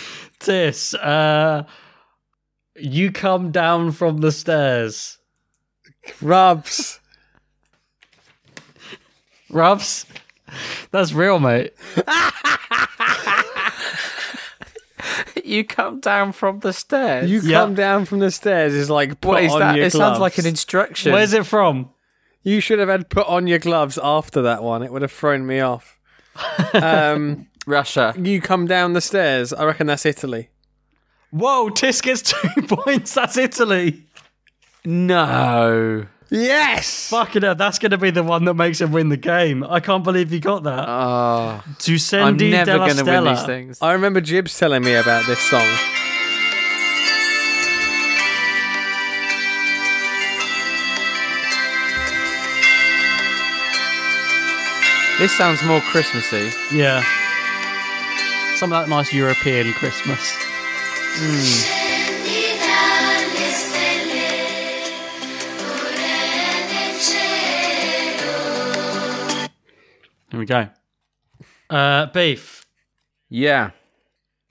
S3: This, uh, you come down from the stairs.
S2: Rubs.
S3: Rubs, that's real, mate.
S4: You come down from the stairs.
S2: You
S3: Yeah.
S2: come down from the stairs is like put
S4: what is
S2: on
S4: that? It
S2: your gloves.
S4: sounds like an instruction.
S3: Where's it from?
S2: you should have had put on your gloves after that one. It would have thrown me off. um,
S4: Russia.
S2: you come down the stairs. I reckon that's Italy.
S3: Whoa, Tis gets two points. That's Italy.
S4: No.
S2: Yes.
S3: Fucking hell, that's going to be the one that makes him win the game. I can't believe you got that.
S4: Ah. I'm
S3: Ducendi
S4: never
S3: della
S4: going to win
S3: Stella.
S4: these things.
S2: I remember Jibs telling me about this song.
S4: This sounds more Christmassy.
S3: Yeah. Some of that nice European Christmas.
S7: Dalle stelle, ore nel cielo.
S3: Here we go. Uh, beef.
S4: Yeah.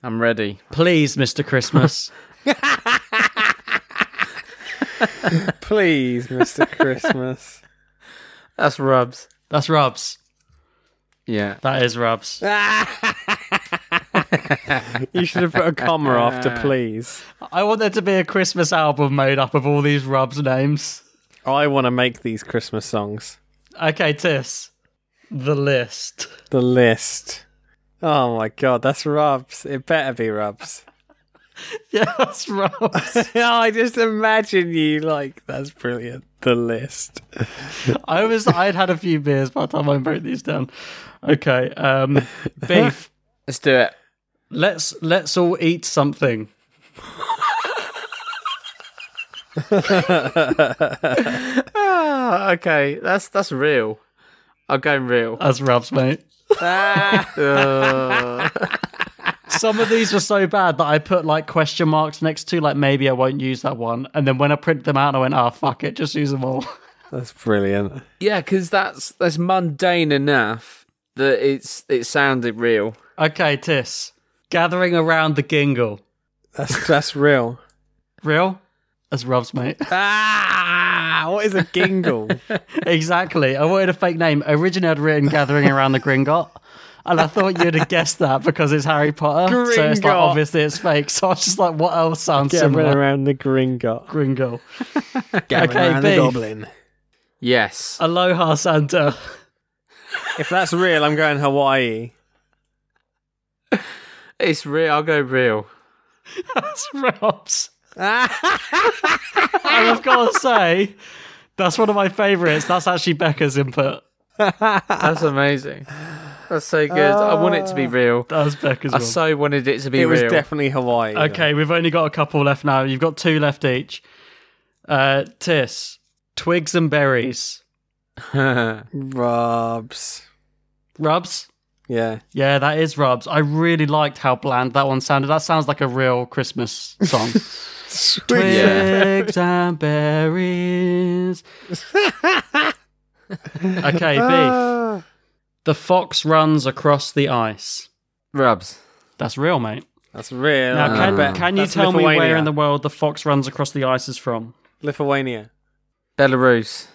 S4: I'm ready.
S3: Please, Mr. Christmas.
S2: Please, Mr. Christmas.
S4: That's rubs.
S3: That's Rubs.
S4: Yeah.
S3: That is Rubs.
S2: You should have put a comma after please.
S3: I want there to be a Christmas album made up of all these Rubs names.
S2: I want to make these Christmas songs.
S3: Okay, Tiss. The list.
S2: The list. Oh my god, that's Rubs. It better be Rubs.
S3: Yeah, that's Rubs.
S2: I just imagine you like that's brilliant. The list.
S3: I was I'd had a few beers by the time I wrote these down. Okay, um beef.
S4: Let's do it.
S3: let's let's all eat something.
S4: Ah, okay. That's that's real. I'm going real.
S3: That's Rubs, mate.
S4: Uh,
S3: Some of these were so bad that I put like question marks next to like maybe I won't use that one. And then when I printed them out I went, ah fuck it, just use them all.
S2: That's brilliant.
S4: yeah, because that's that's mundane enough that it's it sounded real.
S3: Okay, Tiss. Gathering around the gingle.
S2: That's that's real.
S3: Real? That's Rob's mate.
S2: Ah, what is a gingle?
S3: exactly. I wanted a fake name. Originally, I'd written Gathering Around the Gringot. And I thought you'd have guessed that because it's Harry Potter. So it's like,
S2: Gringot.
S3: obviously it's fake. So I was just like, what else sounds
S2: Gathering
S3: similar?
S2: around the Gringot.
S3: Gringo.
S2: Gathering
S3: Okay,
S2: around
S3: beef.
S2: the Goblin.
S4: Yes.
S3: Aloha Santa.
S2: If that's real, I'm going Hawaii.
S4: It's real. I'll go real.
S3: That's Rob's. and I've got to say, that's one of my favourites. That's actually Becca's input.
S4: That's amazing. That's so good. I want it to be real.
S3: That was Becca's
S4: I
S3: one.
S4: so wanted it to be
S2: It was
S4: real.
S2: definitely Hawaii.
S3: Okay, we've only got a couple left now. You've got two left each. Uh, Tiss, twigs and berries.
S2: Rubs.
S3: Rubs?
S2: Yeah.
S3: Yeah, that is Rubs. I really liked how bland that one sounded. That sounds like a real Christmas song. twigs and berries. okay, Beef. The fox runs across the ice.
S4: Rubs.
S3: That's real, mate.
S2: That's real.
S3: Now,
S2: I
S3: can,
S2: bet.
S3: can you
S2: That's
S3: tell me where
S2: Lithuania.
S3: in the world the fox runs across the ice is from?
S2: Lithuania?
S4: Belarus.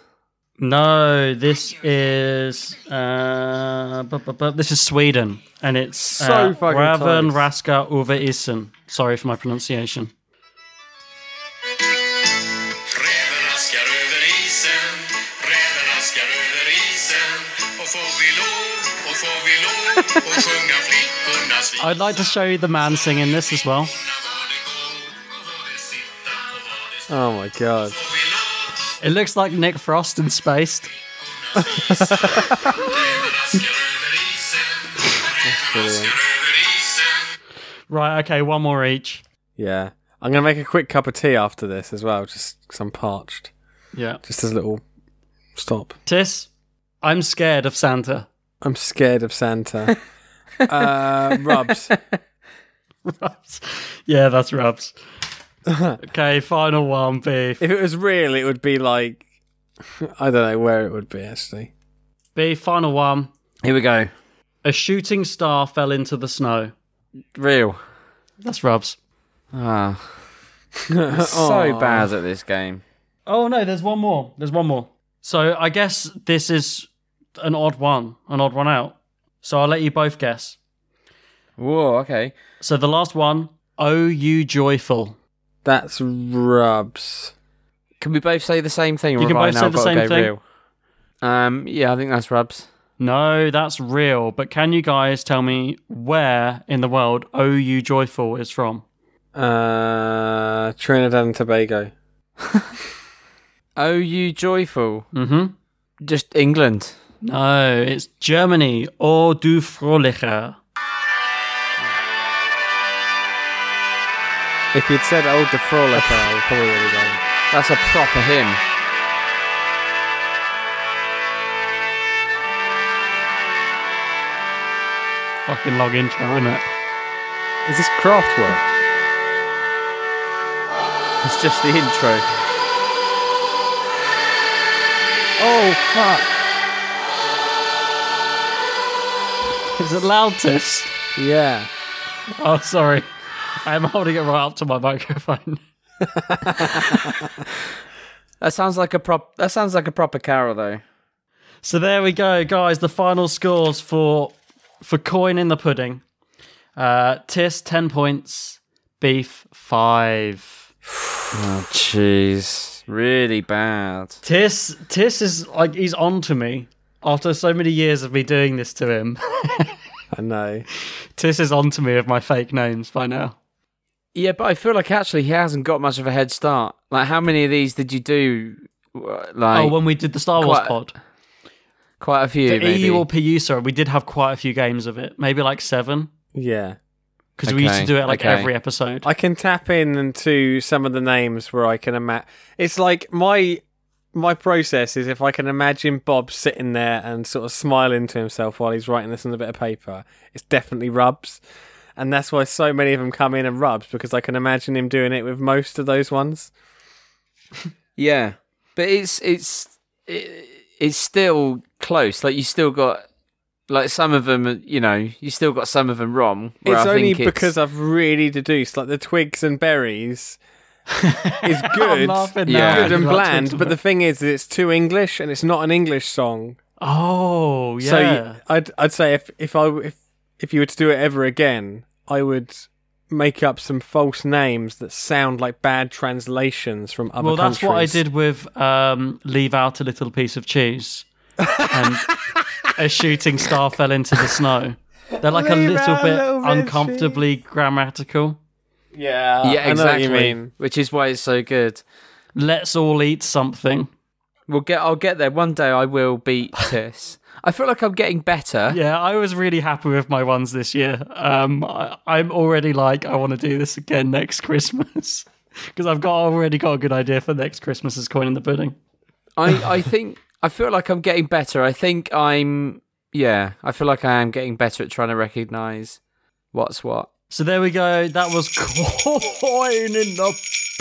S3: No, this is uh, bu- bu- bu- this is Sweden, and it's
S2: So
S3: uh,
S2: fucking
S3: Raven
S2: close.
S3: Raska Uva Isen. Sorry for my pronunciation.
S6: Räven askar över isen, räven askar
S5: får vi lov, och får vi lov och sjunga flickornas visa
S3: I'd like to show you the man singing this as well.
S5: var det går och var det sitta och var det stå.
S2: Oh my god.
S5: Får vi lov,
S3: It looks like Nick Frost in Spaced.
S5: räven askar över isen, räven askar över isen.
S3: Right, okay, one more each.
S2: Yeah. I'm going to make a quick cup of tea after this as well, just 'cause I'm parched.
S3: Yeah.
S2: Just as a little stop.
S3: Tis, I'm scared of Santa.
S2: I'm scared of Santa. uh, rubs.
S3: Rubs. Yeah, that's rubs. okay, final one, beef.
S2: If it was real, it would be like. I don't know where it would be, actually.
S3: Beef, final one.
S4: Here we go.
S3: A shooting star fell into the snow.
S4: Real.
S3: That's rubs.
S4: Ah. I'm so bad at this game.
S3: Oh no, there's one more. There's one more. So I guess this is an odd one, an odd one out. So I'll let you both guess.
S4: Whoa, okay.
S3: So the last one, oh you joyful.
S2: That's rubs.
S4: Can we both say the same thing? or
S3: You can
S4: have I
S3: both
S4: now
S3: say the
S4: gotta
S3: same
S4: go
S3: thing.
S4: Real? Um, yeah, I think that's Rubs.
S3: No, that's real. But can you guys tell me where in the world oh you joyful is from?
S2: Uh, Trinidad and Tobago.
S4: Oh, you joyful.
S3: Mm-hmm.
S4: Just England.
S3: No, it's Germany. Oh du Fröhlicher.
S2: If you'd said Old de Frolic, I would probably would have
S4: That's a proper hymn.
S3: Fucking long intro, isn't it?
S2: gone. Is this craft work?
S4: It's just the intro. Oh, fuck.
S3: Is it loud, Tiffs?
S2: Yeah.
S3: Oh, sorry. I'm holding it right up to my microphone.
S4: That sounds like a prop. That sounds like a proper carol, though.
S3: So there we go, guys. The final scores for for coin in the pudding. Uh, Tis ten points, beef five.
S4: Oh, Jeez, really bad.
S3: Tis Tis is like he's on to me after so many years of me doing this to him.
S2: I know.
S3: Tis is on to me with my fake names by now.
S4: Yeah, but I feel like actually he hasn't got much of a head start. Like, how many of these did you do? Wh- Like,
S3: oh, when we did the Star Wars
S4: quite-
S3: pod,
S4: quite a few.
S3: the
S2: E
S4: Maybe.
S3: EU or PUSA, we did have quite a few games of it. Maybe like seven
S2: Yeah.
S3: because we used
S4: Okay,
S3: to do it like
S4: okay.
S3: every episode.
S2: I can tap in into some of the names where I can imagine. It's like my my process is if I can imagine Bob sitting there and sort of smiling to himself while he's writing this on a bit of paper, it's definitely rubs, and that's why so many of them come in and rubs because I can imagine him doing it with most of those ones.
S4: Yeah, but it's it's it, it's still close. Like you still got like some of them. You know, you still got some of them wrong. where
S2: it's
S4: I
S2: only
S4: think it's-
S2: because I've really deduced like the twigs and berries is
S3: I'm
S2: good.
S3: laughing now.
S4: Yeah.
S2: Good and
S3: About
S2: bland,
S3: Twigs
S2: but the
S3: Ber-
S2: thing is, it's too English and it's not an English song.
S3: oh yeah.
S2: So y- I'd I'd say if if I w- if if you were to do it ever again, I would make up some false names that sound like bad translations from other
S3: Well, that's what I
S2: countries.
S3: did with um, leave out a little piece of cheese, and a shooting star fell into the snow. They're like
S2: Leave
S3: a little
S2: out a
S3: bit
S2: little bit of
S3: uncomfortably grammatical.
S2: Yeah,
S4: Yeah,
S2: I know what
S4: exactly.
S2: you mean.
S4: Which is why it's so good.
S3: Let's all eat something.
S4: We'll get. I'll get there one day. I will beat Tiss. I feel like I'm getting better.
S3: Yeah, I was really happy with my ones this year. Um, I, I'm already like, I want to do this again next Christmas because I've got already got a good idea for next Christmas's coin in the pudding.
S4: I I think I feel like I'm getting better. I think I'm. Yeah, I feel like I am getting better at trying to recognize what's what.
S3: So there we go. That was coin in the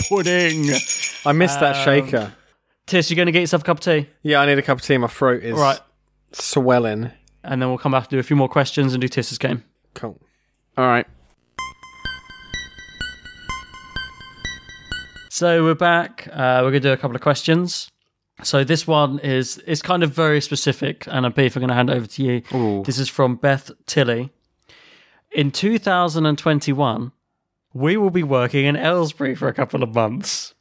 S3: pudding.
S2: I missed
S3: Um,
S2: that shaker.
S3: Tis, you're going to get yourself a cup of tea.
S2: Yeah, I need a cup of tea. My throat is
S3: All right.
S2: swelling.
S3: and then we'll come back and do a few more questions and do Tiss's game.
S2: Cool.
S4: All right.
S3: So we're back. Uh, we're going to do a couple of questions. So this one is is kind of very specific, and I beef. I'm going to hand it over to you. This is from Beth Tilly. In 2021, we will be working in Aylesbury for a couple of months.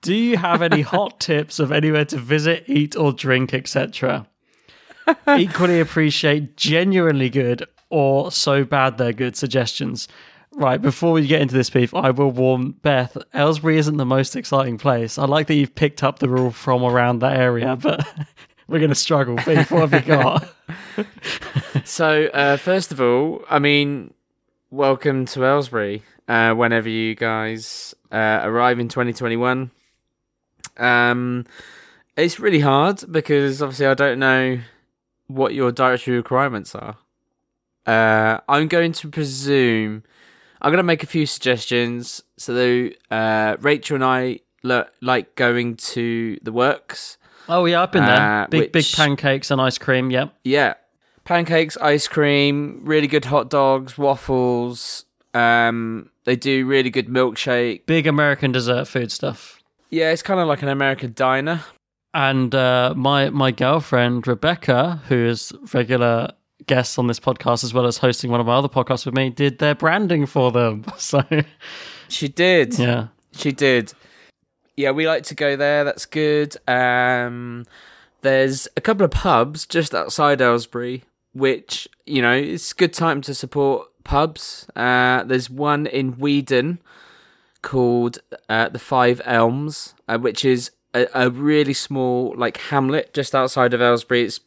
S3: Do you have any hot tips of anywhere to visit, eat, or drink, etc.? Equally appreciate genuinely good or so bad they're good suggestions. Right, before we get into this beef, I will warn Beth, Ellsbury isn't the most exciting place. I like that you've picked up the rule from around that area, but we're going to struggle. Beef, what have you got?
S4: So, uh, first of all, I mean, welcome to Ellsbury. Uh, whenever you guys uh, arrive in 2021, um, it's really hard because obviously I don't know what your dietary requirements are. Uh, I'm going to presume I'm going to make a few suggestions. So, uh, Rachel and I lo- like going to the works.
S3: Oh, yeah, I've been there.
S4: Uh,
S3: big, big
S4: which-
S3: pancakes and ice cream, yep.
S4: Yeah. Pancakes, ice cream, really good hot dogs, waffles. Um, they do really good milkshake.
S3: Big American dessert food stuff.
S4: Yeah, it's kind of like an American diner.
S3: and uh, my my girlfriend Rebecca, who is regular guest on this podcast as well as hosting one of my other podcasts with me, did their branding for them. So
S4: She did.
S3: yeah,
S4: She did. Yeah, we like to go there. That's good. Um, there's a couple of pubs just outside Ellsbury, which you know it's a good time to support pubs. Uh, there's one in Weedon called uh, the Five Elms, uh, which is a, a really small like hamlet just outside of Ellsbury. It's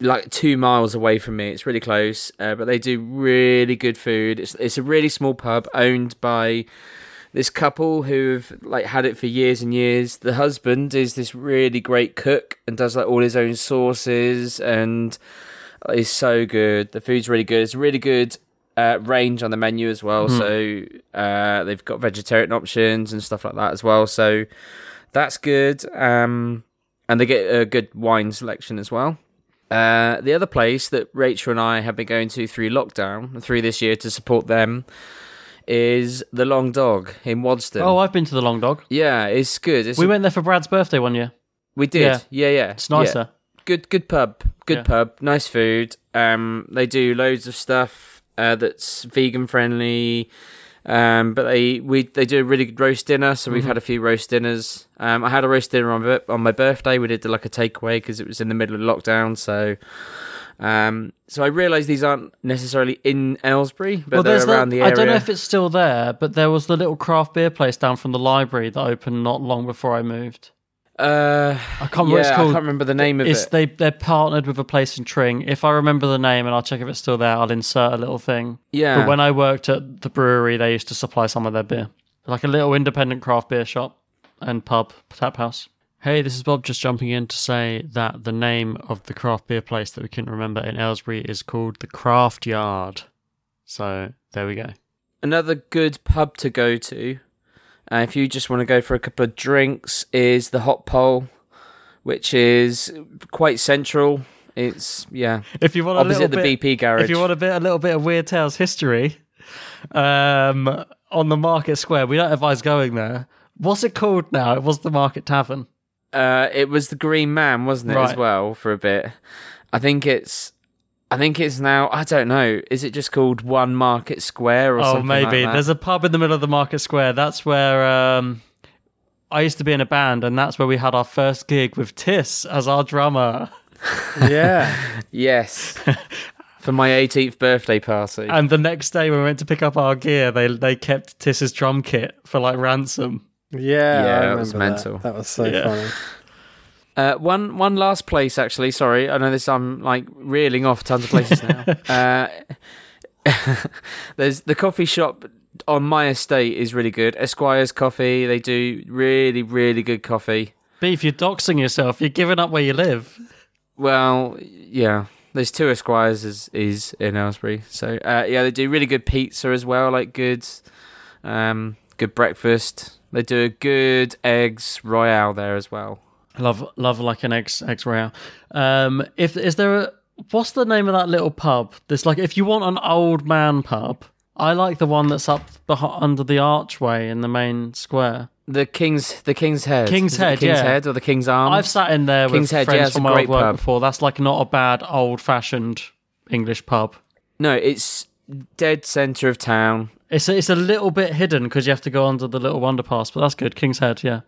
S4: like two miles away from me. It's really close, uh, but they do really good food. It's it's a really small pub owned by this couple who've like had it for years and years. The husband is this really great cook and does like all his own sauces and is so good. The food's really good. It's a really good uh, range on the menu as well.
S3: Mm-hmm.
S4: So uh, they've got vegetarian options and stuff like that as well. So that's good. Um, and they get a good wine selection as well. Uh, the other place that Rachel and I have been going to through lockdown, through this year to support them, is the Long Dog in Wadston.
S3: oh, I've been to the Long Dog.
S4: yeah, it's good. It's
S3: We went there for Brad's birthday one year.
S4: we did.
S3: Yeah.
S4: Yeah, yeah.
S3: It's
S4: yeah.
S3: nicer.
S4: Good, good pub. Good
S3: Yeah.
S4: pub. Nice food. Um, they do loads of stuff uh, that's vegan friendly. Um, but they we they do a really good roast dinner. So
S3: Mm-hmm.
S4: we've had a few roast dinners. Um, I had a roast dinner on my, on my birthday. We did like a takeaway because it was in the middle of lockdown. So. Um, so I realise these aren't necessarily in Aylesbury, but they're
S3: there's that-
S4: around the area.
S3: I don't know if it's still there, but there was the little craft beer place down from the library that opened not long before I moved.
S4: uh,
S3: I can't remember what it's
S4: yeah, I
S3: called.
S4: can't remember the name of
S3: It's
S4: it.
S3: they they're partnered with a place in Tring. If I remember the name, and I'll check if it's still there, I'll insert a little thing.
S4: Yeah.
S3: But when I worked at the brewery, they used to supply some of their beer, like a little independent craft beer shop and pub tap house. Hey, this is Bob just jumping in to say that the name of the craft beer place that we couldn't remember in Aylesbury is called the Craft Yard. So there we go.
S4: another good pub to go to uh, if you just want to go for a couple of drinks is the hot pole which is quite central it's yeah
S3: If you want a
S4: opposite the
S3: little bit,
S4: bp garage
S3: If you want a bit, a little bit of Weird Tales history, um, on the Market Square, we don't advise going there. What's it called now? It was the Market Tavern.
S4: uh, it was the green man wasn't it as
S3: Right.
S4: well for a bit i think it's i think it's now i don't know is it just called one market square or
S3: Oh,
S4: something
S3: maybe
S4: like that?
S3: there's a pub in the middle of the Market Square. That's where um, I used to be in a band, and that's where we had our first gig with Tiss as our drummer.
S2: Yeah.
S4: yes for my 18th birthday party
S3: And the next day, when we went to pick up our gear, they they kept Tiss's drum kit for like ransom.
S2: Yeah.
S4: Yeah,
S2: I
S4: that was
S2: remember
S4: mental.
S2: That, That was so
S3: Yeah.
S2: funny.
S4: Uh, one one last place actually. Sorry, I know this. I'm like reeling off tons of places now. uh, there's the coffee shop on my estate is really good. Esquire's Coffee. They do really really good coffee.
S3: Beef, you're doxing yourself. You're giving up where you live.
S4: Well, yeah. There's two Esquires is, is in Aylesbury. So uh, yeah, they do really good pizza as well. Like good, um, good breakfast. They do a good eggs royale there as well.
S3: Love, love like an ex ex royale. Um, if is there a what's the name of that little pub? This like if you want an old man pub, I like the one that's up behind, under the archway in the main square.
S4: The King's the King's Head.
S3: King's
S4: Is it the
S3: Head,
S4: King's
S3: yeah.
S4: Head or the King's Arms.
S3: I've sat in there with
S4: Um, King's Head, yeah,
S3: friends
S4: it's
S3: from
S4: a
S3: my old
S4: great
S3: work
S4: pub.
S3: before. That's like not a bad old fashioned English pub.
S4: No, it's dead center of town.
S3: It's a, it's a little bit hidden because you have to go under the little underpass, but that's good. King's Head, yeah.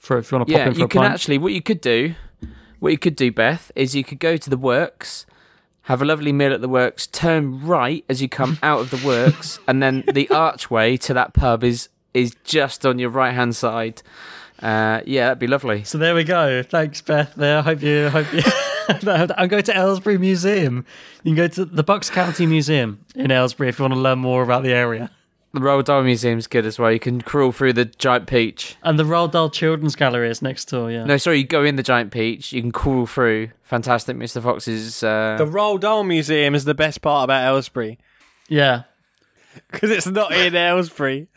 S3: For if you want to pop
S4: Yeah,
S3: in for
S4: you
S3: a
S4: can
S3: pint.
S4: actually. What you could do What you could do, Beth, is you could go to the works, have a lovely meal at the works, turn right as you come out of the works, and then the archway to that pub is is just on your right hand side. Uh, yeah, that'd be lovely.
S3: So there we go. Thanks, Beth. There. I hope you. Hope you. I'm going to Aylesbury Museum. You can go to the Bucks County Museum in Aylesbury if you want to learn more about the area.
S4: The Royal Dahl Museum's good as well. You can crawl through the giant peach.
S3: And the Roald Dahl Children's Gallery is next door, yeah.
S4: No, sorry, you go in the giant peach. You can crawl through. Fantastic, Mr. Fox's. Uh,
S2: The Roald Dahl Museum is the best part about Aylesbury
S3: Yeah.
S2: because it's not in Aylesbury.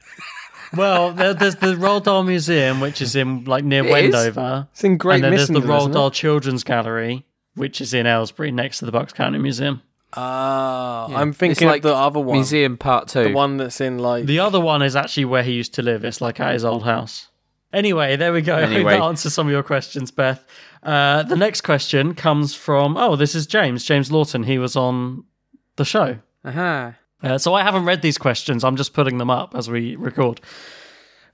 S3: Well, there, there's the Roald Dahl Museum, which is in like near
S4: It is?
S3: Wendover.
S2: It's in Great
S3: and then there's the
S2: Missenden.
S3: Roald
S2: isn't it?
S3: Dahl Children's Gallery, which is in Aylesbury next to the Bucks County Museum.
S2: Ah, I'm
S4: it's
S2: thinking
S4: like
S2: of the other one,
S4: Museum Part Two.
S2: the one that's in like
S3: The other one is actually where he used to live. It's like at his old house. Anyway, there we go. I
S4: Anyway.
S3: hope that answers some of your questions, Beth. Uh, the next question comes from oh, this is James, James Lawton. He was on the show.
S4: Uh-huh.
S3: Uh, so I haven't read these questions. I'm just putting them up as we record.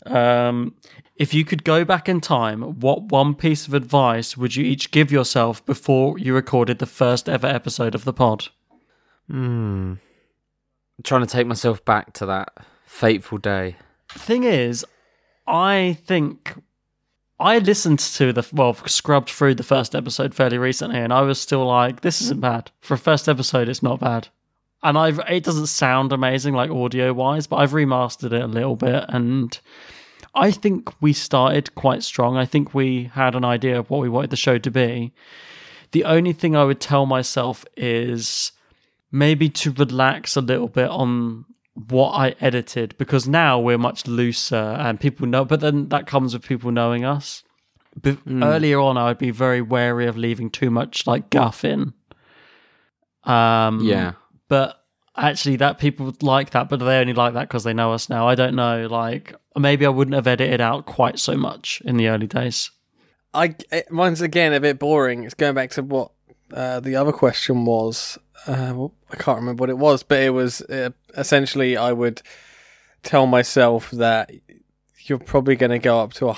S3: Um, if you could go back in time, what one piece of advice would you each give yourself before you recorded the first ever episode of the pod?
S4: I'm trying to take myself back to that fateful day.
S3: thing is, I think I listened to the well scrubbed through the first episode fairly recently, and I was still like, "This isn't bad for a first episode. It's not bad." And I've it doesn't sound amazing like audio wise, but I've remastered it a little bit, and I think we started quite strong. I think we had an idea of what we wanted the show to be. The only thing I would tell myself is maybe to relax a little bit on what I edited because now we're much looser and people know, but then that comes with people knowing us. But Earlier on, I would be very wary of leaving too much like guff in. Um,
S4: Yeah.
S3: but actually that people would like that but they only like that because they know us now i don't know like maybe i wouldn't have edited out quite so much in the early days
S2: I it, once again a bit boring. It's going back to what uh, the other question was. Uh, well, I can't remember what it was, but it was uh, essentially I would tell myself that you're probably going to go up to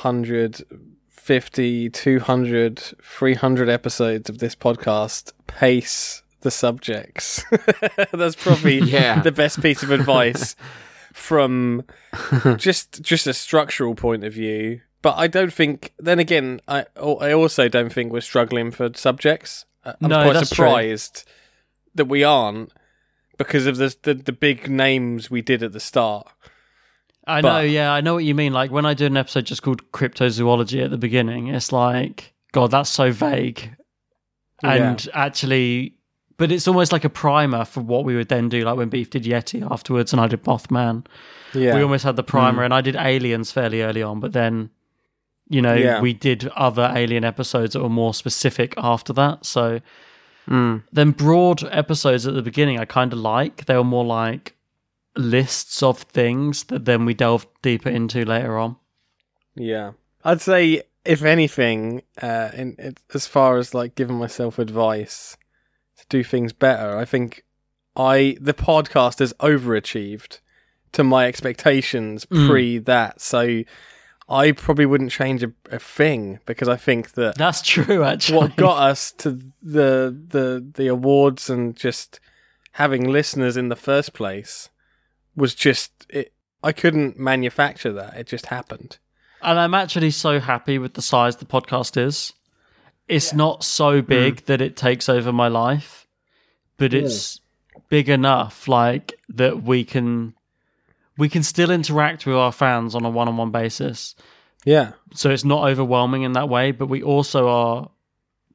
S2: 150, 200, 300 episodes of this podcast. Pace the subjects. That's probably
S4: Yeah.
S2: the best piece of advice from just just a structural point of view. But I don't think. Then again, I I also don't think we're struggling for subjects. I- I'm
S3: No,
S2: quite
S3: that's true.
S2: surprised that we aren't because of the, the the big names we did at the start.
S3: i
S2: But-
S3: know yeah i know what you mean like when i do an episode just called cryptozoology at the beginning it's like god that's so vague and actually but it's almost like a primer for what we would then do like when beef did yeti afterwards and i did mothman
S2: Yeah, Mm.
S3: we almost had the primer and i did aliens fairly early on but then you know
S2: Yeah.
S3: we did other alien episodes that were more specific after that so
S2: Mm.
S3: then broad episodes at the beginning i kind of like they were more like lists of things that then we delved deeper into later on
S2: yeah. I'd say if anything, uh, in, it, as far as like giving myself advice to do things better, I think I the podcast has overachieved to my expectations pre that. So I probably wouldn't change a, a thing because I think that
S3: that's true actually
S2: what got us to the the the awards and just having listeners in the first place was just it. I couldn't manufacture that; it just happened.
S3: And I'm actually so happy with the size the podcast is. It's not so big that it takes over my life, but it's big enough like that we can we can still interact with our fans on a one-on-one basis.
S2: Yeah,
S3: So it's not overwhelming in that way, but we also are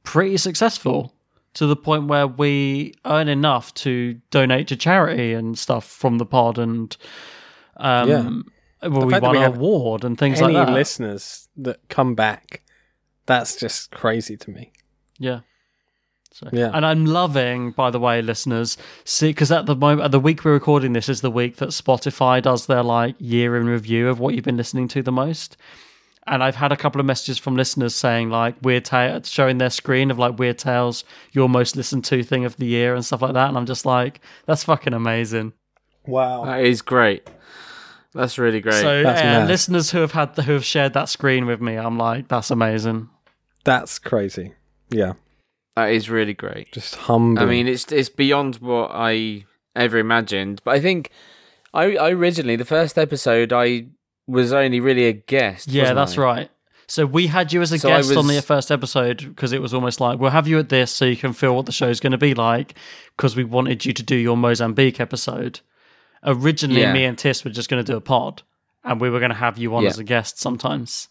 S3: pretty successful to the point where we earn enough to donate to charity and stuff from the pod and um
S2: Yeah.
S3: well, we
S2: fact that
S3: won
S2: we
S3: an
S2: have
S3: award and things
S2: any
S3: like that.
S2: listeners that come back, that's just crazy to me.
S3: Yeah. So,
S2: Yeah.
S3: And I'm loving, by the way, listeners, see, because at the moment, at the week we're recording this is the week that Spotify does their like year in review of what you've been listening to the most. And I've had a couple of messages from listeners saying like Weird Tales, showing their screen of like Weird Tales, your most listened to thing of the year and stuff like that. And I'm just like, that's fucking amazing.
S2: Wow.
S4: That is great. That's really great.
S3: So
S2: That's
S3: uh,
S2: mad.
S3: listeners who have had who have shared that screen with me, I'm like, that's amazing.
S2: That's crazy. Yeah,
S4: That is really great.
S2: just humble.
S4: I mean, it's it's beyond what I ever imagined. But I think I, I originally the first episode I was only really a guest.
S3: Yeah,
S4: wasn't
S3: that's
S4: I?
S3: right. So we had you as a
S4: So I
S3: guest on the
S4: was-
S3: first episode because it was almost like we'll have you at this so you can feel what the show's going to be like because we wanted you to do your Mozambique episode. Originally,
S4: Yeah.
S3: me and Tis were just going to do a pod, and we were going to have you on
S4: Yeah.
S3: as a guest sometimes.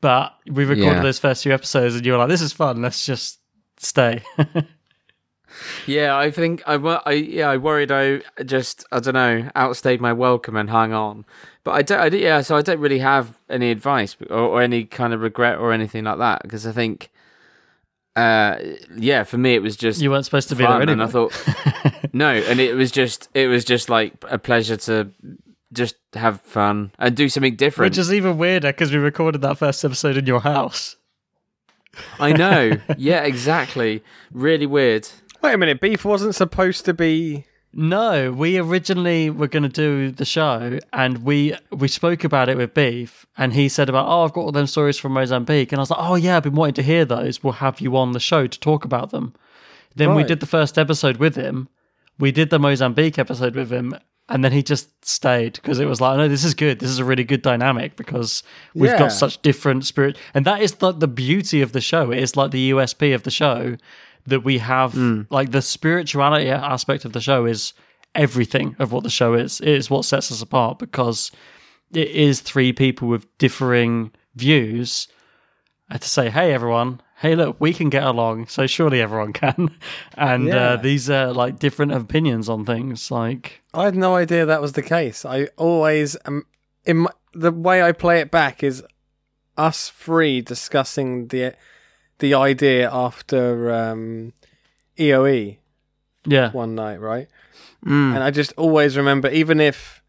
S3: But we recorded
S4: Yeah.
S3: those first few episodes, and you were like, "This is fun. Let's just stay."
S4: Yeah, I think I, wo- I yeah I worried I just I don't know outstayed my welcome and hung on. But I don't I, don't- yeah so I don't really have any advice or, or any kind of regret or anything like that because I think uh yeah for me it was just
S3: you weren't supposed to be there
S4: fun,
S3: anyway.
S4: and I thought no, and it was just it was just like a pleasure to just have fun and do something different.
S3: which is even weirder because we recorded that first episode in your house.
S4: I know, yeah, exactly. Really weird.
S2: wait a minute, beef wasn't supposed to be.
S3: No, we originally were going to do the show, and we we spoke about it with Beef, and he said about, oh, I've got all them stories from Mozambique, and I was like, oh yeah, I've been wanting to hear those. We'll have you on the show to talk about them. Then we
S2: Right.
S3: did the first episode with him. We did the Mozambique episode with him, and then he just stayed because it was like, no, this is good. This is a really good dynamic because we've
S2: Yeah.
S3: got such different spirit, and that is the the beauty of the show. It is like the USP of the show that we have like the spirituality aspect of the show is everything of what the show is it is what sets us apart because it is three people with differing views uh, to say hey everyone hey look we can get along so surely everyone can and uh,
S2: Yeah.
S3: these are like different opinions on things like
S2: I had no idea that was the case. I always um, in my, the way I play it back is us three discussing the the idea after um, E. EOE
S3: yeah
S2: one night, right? And I just always remember, even if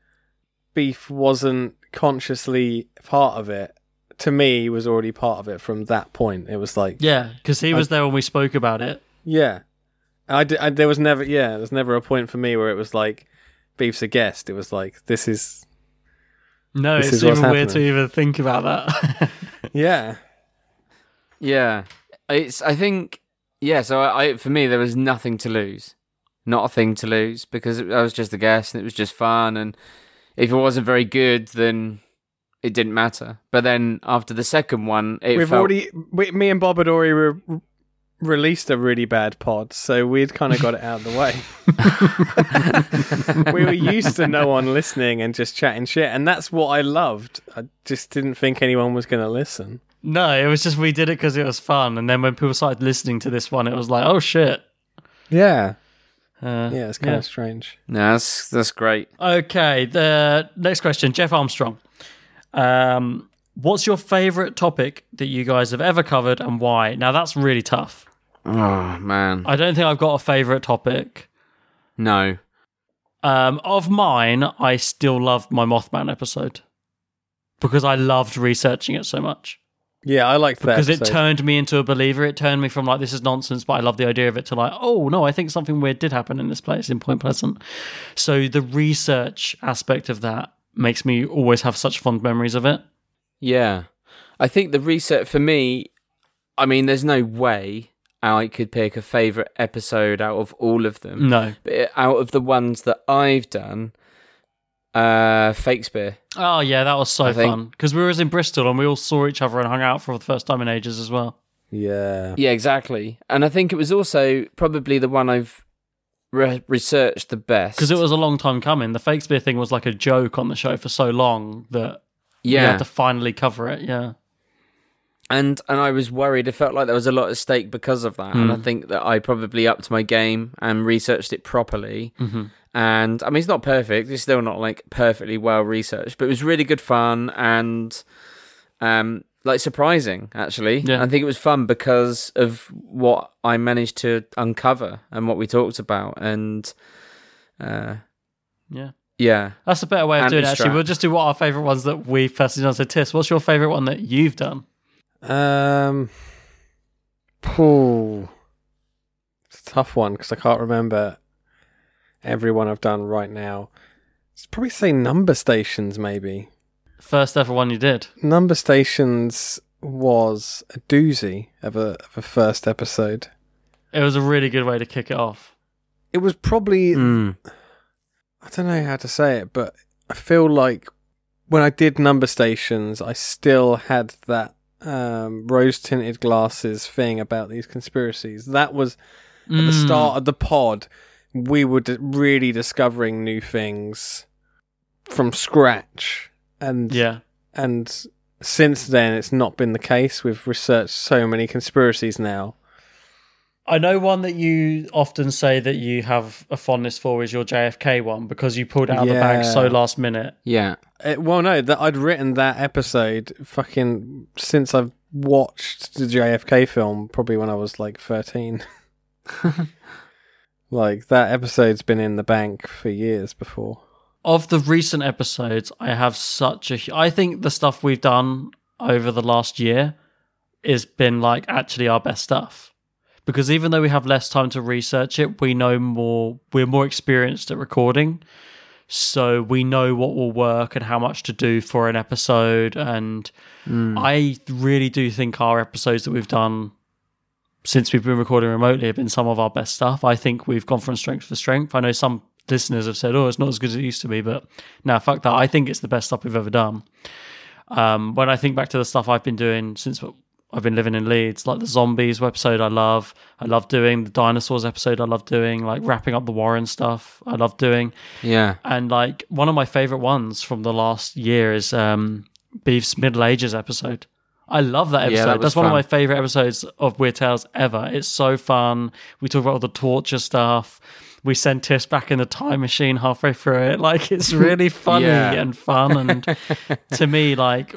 S2: Beef wasn't consciously part of it, to me he was already part of it from that point. It was like,
S3: yeah because he was there when we spoke about it
S2: yeah. I, d- I there was never yeah there was never a point for me where it was like Beef's a guest. It was like this is
S3: no
S2: This
S3: it's
S2: is what's
S3: even weird to
S2: happening.
S3: even think about that
S2: yeah
S4: Yeah, it's I think yeah. So I, I for me there was nothing to lose, not a thing to lose because I was just a guest and it was just fun. And if it wasn't very good, then it didn't matter. But then after the second one, it
S2: we've
S4: felt-
S2: already we, me and Bob had already re- re- released a really bad pod, so we'd kind of got it out of the way. we were used to no one listening and just chatting shit, and that's what I loved. I just didn't think anyone was going to listen.
S3: No, it was just we did it because it was fun, and then when people started listening to this one, it was like, oh shit.
S2: Yeah,
S3: Uh,
S2: yeah, it's kind of strange.
S4: No, that's that's great.
S3: Okay, the next question, Jeff Armstrong. Um, what's your favorite topic that you guys have ever covered, and why? Now that's really tough.
S4: Oh man,
S3: I don't think I've got a favorite topic.
S4: no.
S3: Um, of mine, I still love my Mothman episode because I loved researching it so much.
S2: Yeah, I liked that
S3: because it
S2: episode.
S3: turned me into a believer. It turned me from like this is nonsense, but I love the idea of it to like, oh no, I think something weird did happen in this place in Point Pleasant. So the research aspect of that makes me always have such fond memories of it.
S4: Yeah. I think the reset for me, I mean, there's no way I could pick a favourite episode out of all of them.
S3: No,
S4: But out of the ones that I've done, uh, Fakespeare.
S3: oh yeah, that was so
S4: I think-
S3: fun because we were in Bristol and we all saw each other and hung out for the first time in ages as well.
S2: yeah,
S4: Yeah, exactly. And I think it was also probably the one I've re- researched the best.
S3: Because it was a long time coming. The Fakespeare thing was like a joke on the show for so long that we
S4: yeah.
S3: had to finally cover it. Yeah,
S4: and and I was worried. It felt like there was a lot at stake because of that, and I think that I probably upped my game and researched it properly. And I mean, it's not perfect; it's still not like perfectly well researched, but it was really good fun and um, like surprising actually.
S3: Yeah.
S4: I think it was fun because of what I managed to uncover and what we talked about, and uh,
S3: yeah.
S4: yeah.
S3: That's a better way of
S4: And
S3: doing it.
S4: it's
S3: Actually,
S4: trap.
S3: we'll just do what our favorite ones that we've personally done. So, Tis, what's your favorite one that you've done?
S2: Um, phew. it's a tough one because I can't remember everyone I've done right now. It's probably say number stations, maybe.
S3: First ever one you did.
S2: number stations was a doozy of a, of a first episode.
S3: It was a really good way to kick it off.
S2: It was probably I don't know how to say it, but I feel like when I did number stations, I still had that um, rose tinted glasses thing about these conspiracies. That was at
S3: Mm. Hmm.
S2: the start of the pod. We were d- really discovering new things from scratch, and
S3: Yeah.
S2: and since then it's not been the case. We've researched so many conspiracies now.
S3: I know one that you often say that you have a fondness for is your JFK one because you pulled it out of the bag
S2: Yeah.
S3: so last minute.
S4: Yeah.
S2: Uh well, no, that I'd written that episode fucking since I've watched the JFK film, probably when I was like thirteen. like that episode's been in the bank for years before.
S3: Of the recent episodes, I have such a. hu- I think the stuff we've done over the last year has been like actually our best stuff because even though we have less time to research it, we know more. We're more experienced at recording, so we know what will work and how much to do for an episode. And I really do think our episodes that we've done since we've been recording remotely have been some of our best stuff. I think we've gone from strength to strength. I know some listeners have said, "Oh, it's not as good as it used to be," but now fuck that. I think it's the best stuff we've ever done. Um, when I think back to the stuff I've been doing since I've been living in Leeds, like the zombies episode, I love. I love doing the dinosaurs episode. I love doing like wrapping up the Warren stuff. I love doing.
S4: Yeah.
S3: And like one of my favorite ones from the last year is um, Beef's Middle Ages episode. I love that episode.
S4: Yeah, that was
S3: That's one of
S4: fun.
S3: my favorite episodes of Weird Tales ever. It's so fun. We talk about all the torture stuff. We send Tiss back in the time machine halfway through it. Like it's really funny
S4: Yeah.
S3: and fun. And to me, like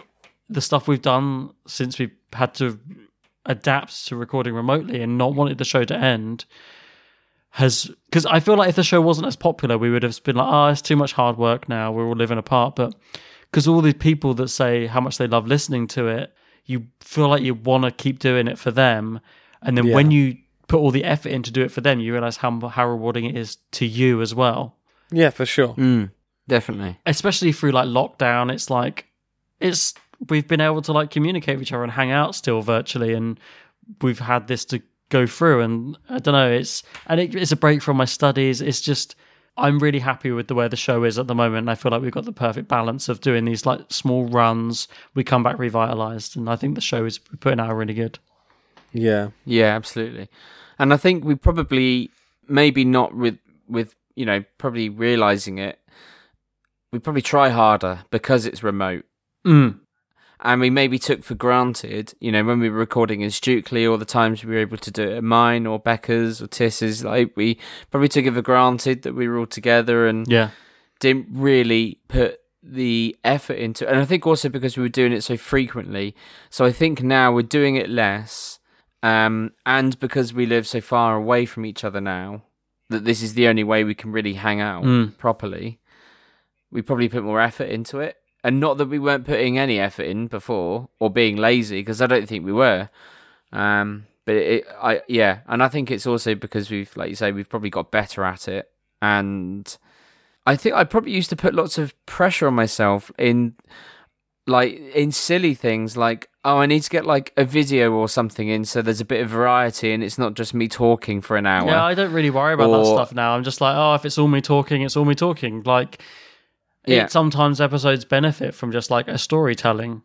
S3: the stuff we've done since we've had to adapt to recording remotely and not wanted the show to end has because I feel like if the show wasn't as popular, we would have been like, oh, it's too much hard work now. We're all living apart. But because all these people that say how much they love listening to it, you feel like you want to keep doing it for them. And then when you put all the effort in to do it for them, you realize how, how rewarding it is to you as well
S2: Yeah, for sure.
S4: Mm. Definitely.
S3: especially through like lockdown, it's like it's we've been able to like communicate with each other and hang out still virtually, and we've had this to go through. And I don't know, it's and it, it's a break from my studies. It's just I'm really happy with the way the show is at the moment. and I feel like we've got the perfect balance of doing these like small runs. We come back revitalized, and I think the show is putting out really good.
S2: Yeah,
S4: Yeah, absolutely. And I think we probably, maybe not with with you know, probably realizing it, we probably try harder because it's remote.
S3: Mm.
S4: and we maybe took for granted, you know, when we were recording in Stukely, all the times we were able to do it at mine or Becca's or Tiss's, like we probably took it for granted that we were all together and
S3: Yeah,
S4: didn't really put the effort into it. And I think also because we were doing it so frequently. So I think now we're doing it less. Um, and because we live so far away from each other now, that this is the only way we can really hang out
S3: Mm.
S4: properly, we probably put more effort into it. And not that we weren't putting any effort in before or being lazy, because I don't think we were. Um, but it, I, yeah, and I think it's also because we've, like you say, we've probably got better at it, and I think I probably used to put lots of pressure on myself in like in silly things like oh I need to get like a video or something in so there's a bit of variety and it's not just me talking for an hour.
S3: yeah. I don't really worry about that
S4: Or-
S3: stuff now. I'm just like, oh, if it's all me talking, it's all me talking. Like
S4: yeah.
S3: it, sometimes episodes benefit from just like a storytelling.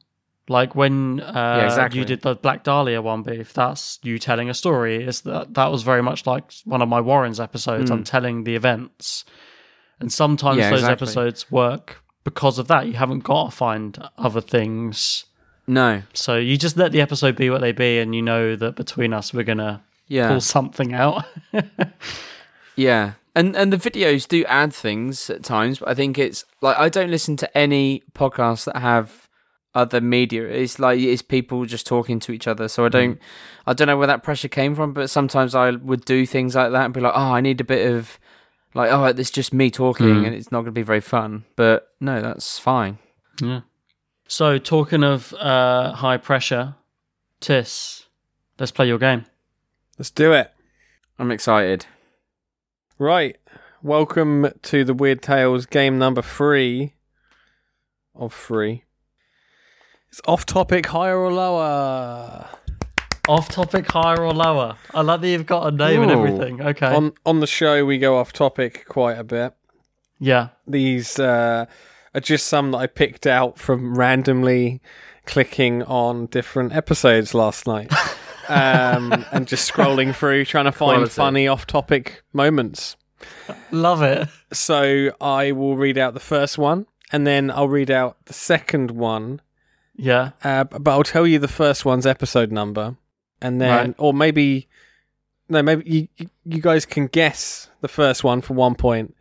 S3: Like when uh,
S4: exactly.
S3: you did the Black Dahlia one, beef. That's you telling a story. Is that that was very much like one of my Warrens episodes. I'm telling the events, and sometimes
S4: Hmm. Yeah,
S3: those
S4: exactly.
S3: episodes work because of that. You haven't got to find other things,
S4: no.
S3: so you just let the episode be what they be, and you know that between us we're gonna
S4: Yeah.
S3: pull something out.
S4: Yeah. And and the videos do add things at times, but I think it's like I don't listen to any podcasts that have other media. It's like it's people just talking to each other.
S3: Mm.
S4: So I don't I don't know where that pressure came from, but sometimes I would do things like that and be like, Oh, I need a bit of like, oh it's just me talking
S3: Mm.
S4: and it's not gonna be very fun. But no, that's fine.
S3: so talking of uh, high pressure, Tis, let's play your game.
S2: let's do it.
S4: I'm excited.
S2: Right, welcome to the Weird Tales game number three of three. It's off topic, higher or lower.
S3: Off topic, higher or lower? I like that you've got a name and
S4: Ooh.
S3: everything. Okay.
S2: On on the show, we go off topic quite a bit.
S3: yeah.
S2: These uh, are just some that I picked out from randomly clicking on different episodes last night, um, and just scrolling through trying to find
S4: Quality.
S2: funny off-topic moments.
S3: Love it.
S2: So I will read out the first one, and then I'll read out the second one,
S3: Yeah.
S2: Uh, b- but I'll tell you the first one's episode number, and then,
S3: Right.
S2: or maybe, no, maybe you- you you guys can guess the first one for one point,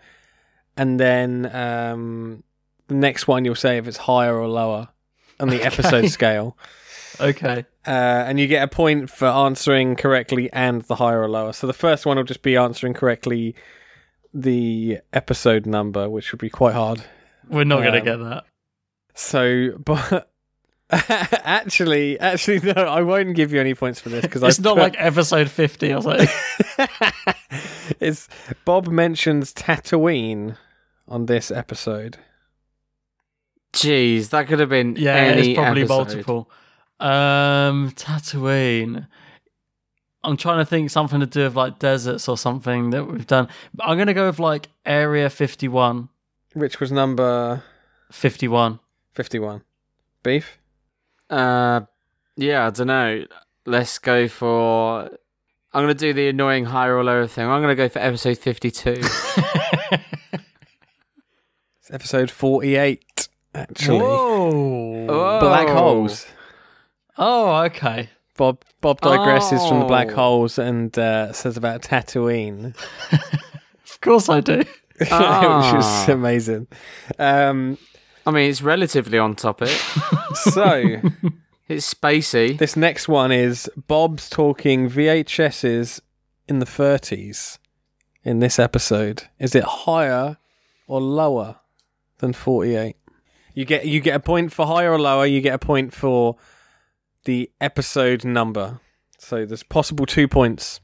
S2: and then um, the next one you'll say if it's higher or lower on the episode scale,
S3: Okay.
S2: uh, and you get a point for answering correctly and the higher or lower. So the first one will just be answering correctly the episode number, which would be quite hard.
S3: We're not gonna
S2: Um,
S3: get that.
S2: So, but actually, actually, no, I won't give you any points for this because
S3: It's not like episode fifty or something.
S2: it's Bob mentions Tatooine on this episode.
S4: Jeez, that could have been
S3: yeah,
S4: any
S3: it's probably
S4: episode.
S3: multiple. Um, Tatooine. I'm trying to think something to do with like deserts or something that we've done. But I'm gonna go with like Area 51.
S2: Which was number
S3: 51.
S2: fifty-one. Beef.
S4: Uh, yeah, I don't know. Let's go for. I'm gonna do the annoying higher or lower thing. I'm gonna go for episode 52.
S2: It's episode forty-eight. Actually,
S3: Whoa.
S4: Oh.
S2: black holes.
S3: Oh, okay.
S2: Bob Bob digresses from the black
S4: Oh.
S2: holes and uh, says about Tatooine.
S3: Of course I do.
S2: which
S4: Ah.
S2: is amazing. Um,
S4: I mean, it's relatively on topic.
S2: so
S4: It's spacey.
S2: This next one is Bob's talking VHSs in the 30s in this episode. Is it higher or lower than 48? You get you get a point for higher or lower, you get a point for the episode number. So there's possible 2 points.